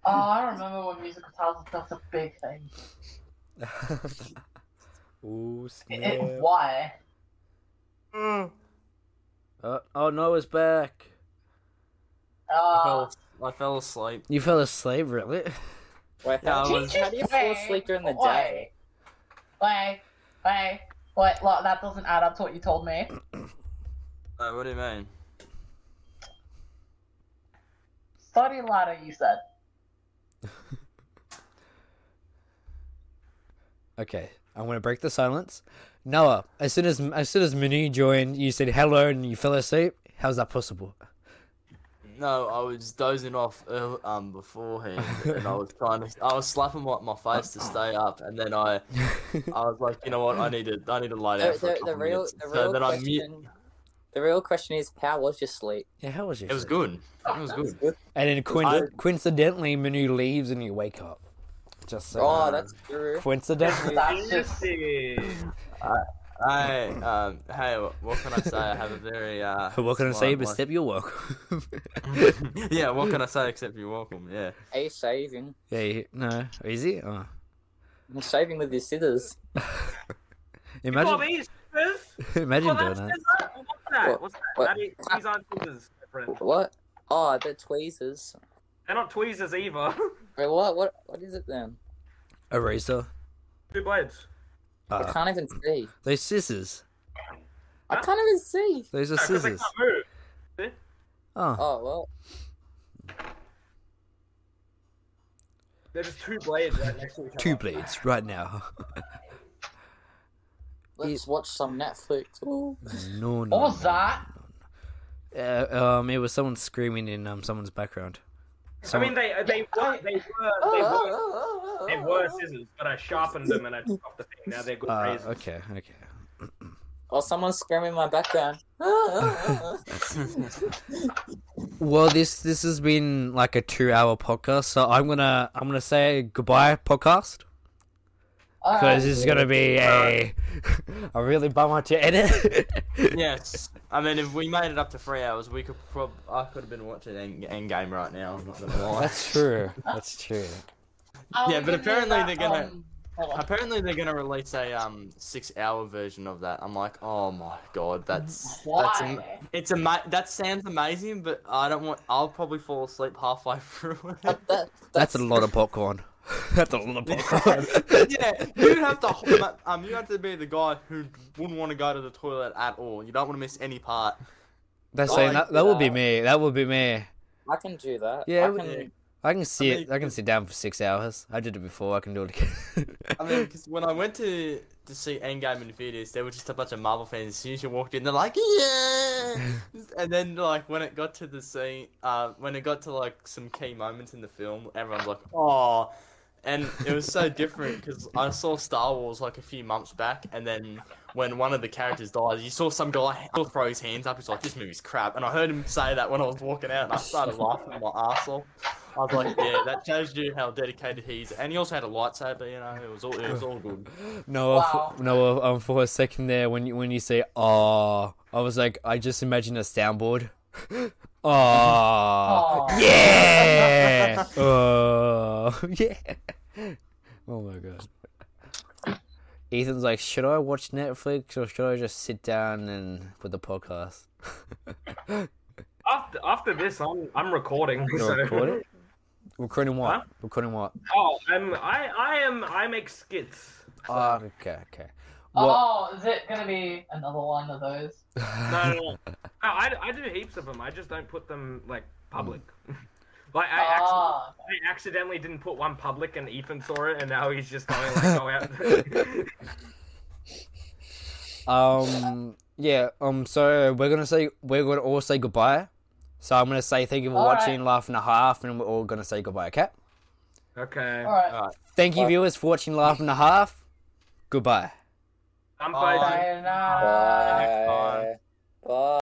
C: Oh, I remember when musical tiles was such a big thing.
A: [LAUGHS] Ooh,
C: It-
A: snap.
C: it- why?
A: Uh, oh, Noah's back.
D: I
C: Uh,
E: Oh,
D: fell, I fell asleep.
A: You fell asleep, really? [LAUGHS]
E: Wait, how,
D: Yeah, I was-
E: how do you fall asleep during the
C: Wait,
E: day?
C: wait, wait, wait. Look, that doesn't add up to what you told me.
D: Uh, what do you mean?
C: Study ladder, you said.
A: Okay, I'm gonna break the silence. Noah, as soon as as soon as Manu joined, you said hello and you fell asleep. How's that [LAUGHS] possible?
D: No, I was dozing off ear- um beforehand, and I
A: [LAUGHS]
D: was trying to. I was slapping my, my face to stay up, and then I, I was like, you know what? I need to. I need to lie down
E: The,
D: for a
E: the,
D: couple
E: the real
D: minutes.
E: the
D: so
E: real
D: then I mute.
E: question. The real question is how was your sleep?
A: Yeah, how was your?
D: It was
A: sleep?
D: good. It was
G: E.
D: good.
A: And then coinc-
D: I-
A: coincidentally, Manu leaves and you wake up. Just so.
E: Oh, that's true.
A: coincidentally.
C: That's just
B: Interesting.
D: I um hey, wh- what can I say? I have a very uh.
A: [LAUGHS] What can I say?
D: slight
A: But
D: life-
A: step, you're welcome. [LAUGHS]
D: [LAUGHS] yeah, what can I say except you're welcome? Yeah.
E: Are you shaving?
A: yeah, you- no, is he? Oh.
E: I'm shaving with your scissors.
B: Got
A: Imagine,
B: me, scissors?
A: [LAUGHS] imagine
B: Oh,
A: doing
B: that's
A: that.
B: scissors? What's that?
E: What?
B: What's that?
E: What?
B: That is- These aren't scissors, my friend.
E: What? Oh, they're tweezers.
B: They're not tweezers either. [LAUGHS]
E: Wait, what? What? What is it then?
A: Eraser.
B: Two blades.
E: I
A: Uh,
E: can't even see.
A: those scissors.
E: I can't even see.
A: Those are
B: No, 'cause they
A: scissors.
B: can't move.
A: Oh,
E: Oh well.
B: They're just two blades right next to each other.
A: two blades right now. [LAUGHS]
E: Let's watch some Netflix. Ooh.
A: No, no.
C: What was
A: no.
C: that?
A: Uh, um, it was someone screaming in um someone's background.
B: I
A: Someone,
B: mean, they they were they
E: Oh,
B: were they were, they were scissors, but I sharpened them and I took off the thing. Now they're good
A: uh,
B: razors.
A: okay, okay.
E: Or someone's screaming in my background. [LAUGHS] Oh,
A: Well, this this has been like a two-hour podcast, so I'm gonna I'm gonna say goodbye podcast
C: Oh,
A: because this is gonna be a [LAUGHS] a really bummer to edit. [LAUGHS]
D: Yes. I mean, if we made it up to three hours, we could prob. I could have been watching End- Endgame right now. I'm not gonna lie.
A: That's true. That's true.
D: Yeah, but apparently they're gonna-
C: um,
D: Apparently, they're gonna release a um six-hour version of that. I'm like, oh my god, [LAUGHS] that's that's am-
C: Why?
D: it's ama- that sounds amazing, but I don't want. I'll probably fall asleep halfway [LAUGHS] through. it.
A: That's a lot of popcorn. [LAUGHS] That's a lot of popcorn.
D: yeah, you have to [LAUGHS] hold up- um, you have to be the guy who wouldn't want to go to the toilet at all. You don't want to miss any part.
A: [LAUGHS] That's
E: Oh,
A: saying
E: I
A: that that would be
E: know.
A: me. That would be me.
E: I can do that.
A: Yeah,
E: I
A: we-
E: can,
A: I can see it.
D: mean-
A: I can sit down for six hours. I did it before. I can do it again.
D: I mean, 'cause when I went to to see Endgame in theaters, there were just a bunch of Marvel fans. As soon as you walked in, they're like, "Yeah!" and then like when it got to the scene, uh, when it got to like some key moments in the film, everyone's like, "Oh." And it was so different because I saw Star Wars like a few months back, and then when one of the characters dies, you saw some guy throw his hands up. He's like, "This movie's crap," and I heard him say that when I was walking out, and I started laughing my arsehole. I was like, yeah, that shows you how dedicated he is. And he also had a lightsaber, you know, it was all, it was all good.
A: No,
C: Wow.
A: for, no. Um, for a second there, when you, when you say "ah," I was like, I just imagine a soundboard. [LAUGHS] Ah,
C: Aw. [LAUGHS]
A: yeah, oh, [LAUGHS] yeah. Oh my god. Ethan's like, should I watch Netflix or should I just sit down and put the
B: [LAUGHS]
A: podcast?
B: After after this, I'm I'm recording.
A: You're
B: so-
A: recording? Recording what?
B: Huh?
A: Recording what?
B: [LAUGHS] Oh, I'm I I am I make skits.
A: Ah, okay, okay. What?
C: Oh, is it gonna be another one of those?
B: No, no, no. no I, I do heaps of them. I just don't put them like public. [LAUGHS] like I, acc-
C: Ah,
B: I accidentally didn't put one public, and Ethan saw it, and now he's just going like go out. [LAUGHS]
A: Um. Yeah. Um. So we're gonna say we're gonna all say goodbye. So I'm gonna say thank you for
C: All right.
A: watching Laugh and a Half, and we're all gonna say goodbye. Okay.
B: okay.
C: all right.
A: Thank you,
E: Bye.
A: viewers, for watching Laugh and a Half. Goodbye.
B: I'm
D: Bye.
C: uh,
B: Biden.
C: Sayonara.
E: Uh, Bye. Bye.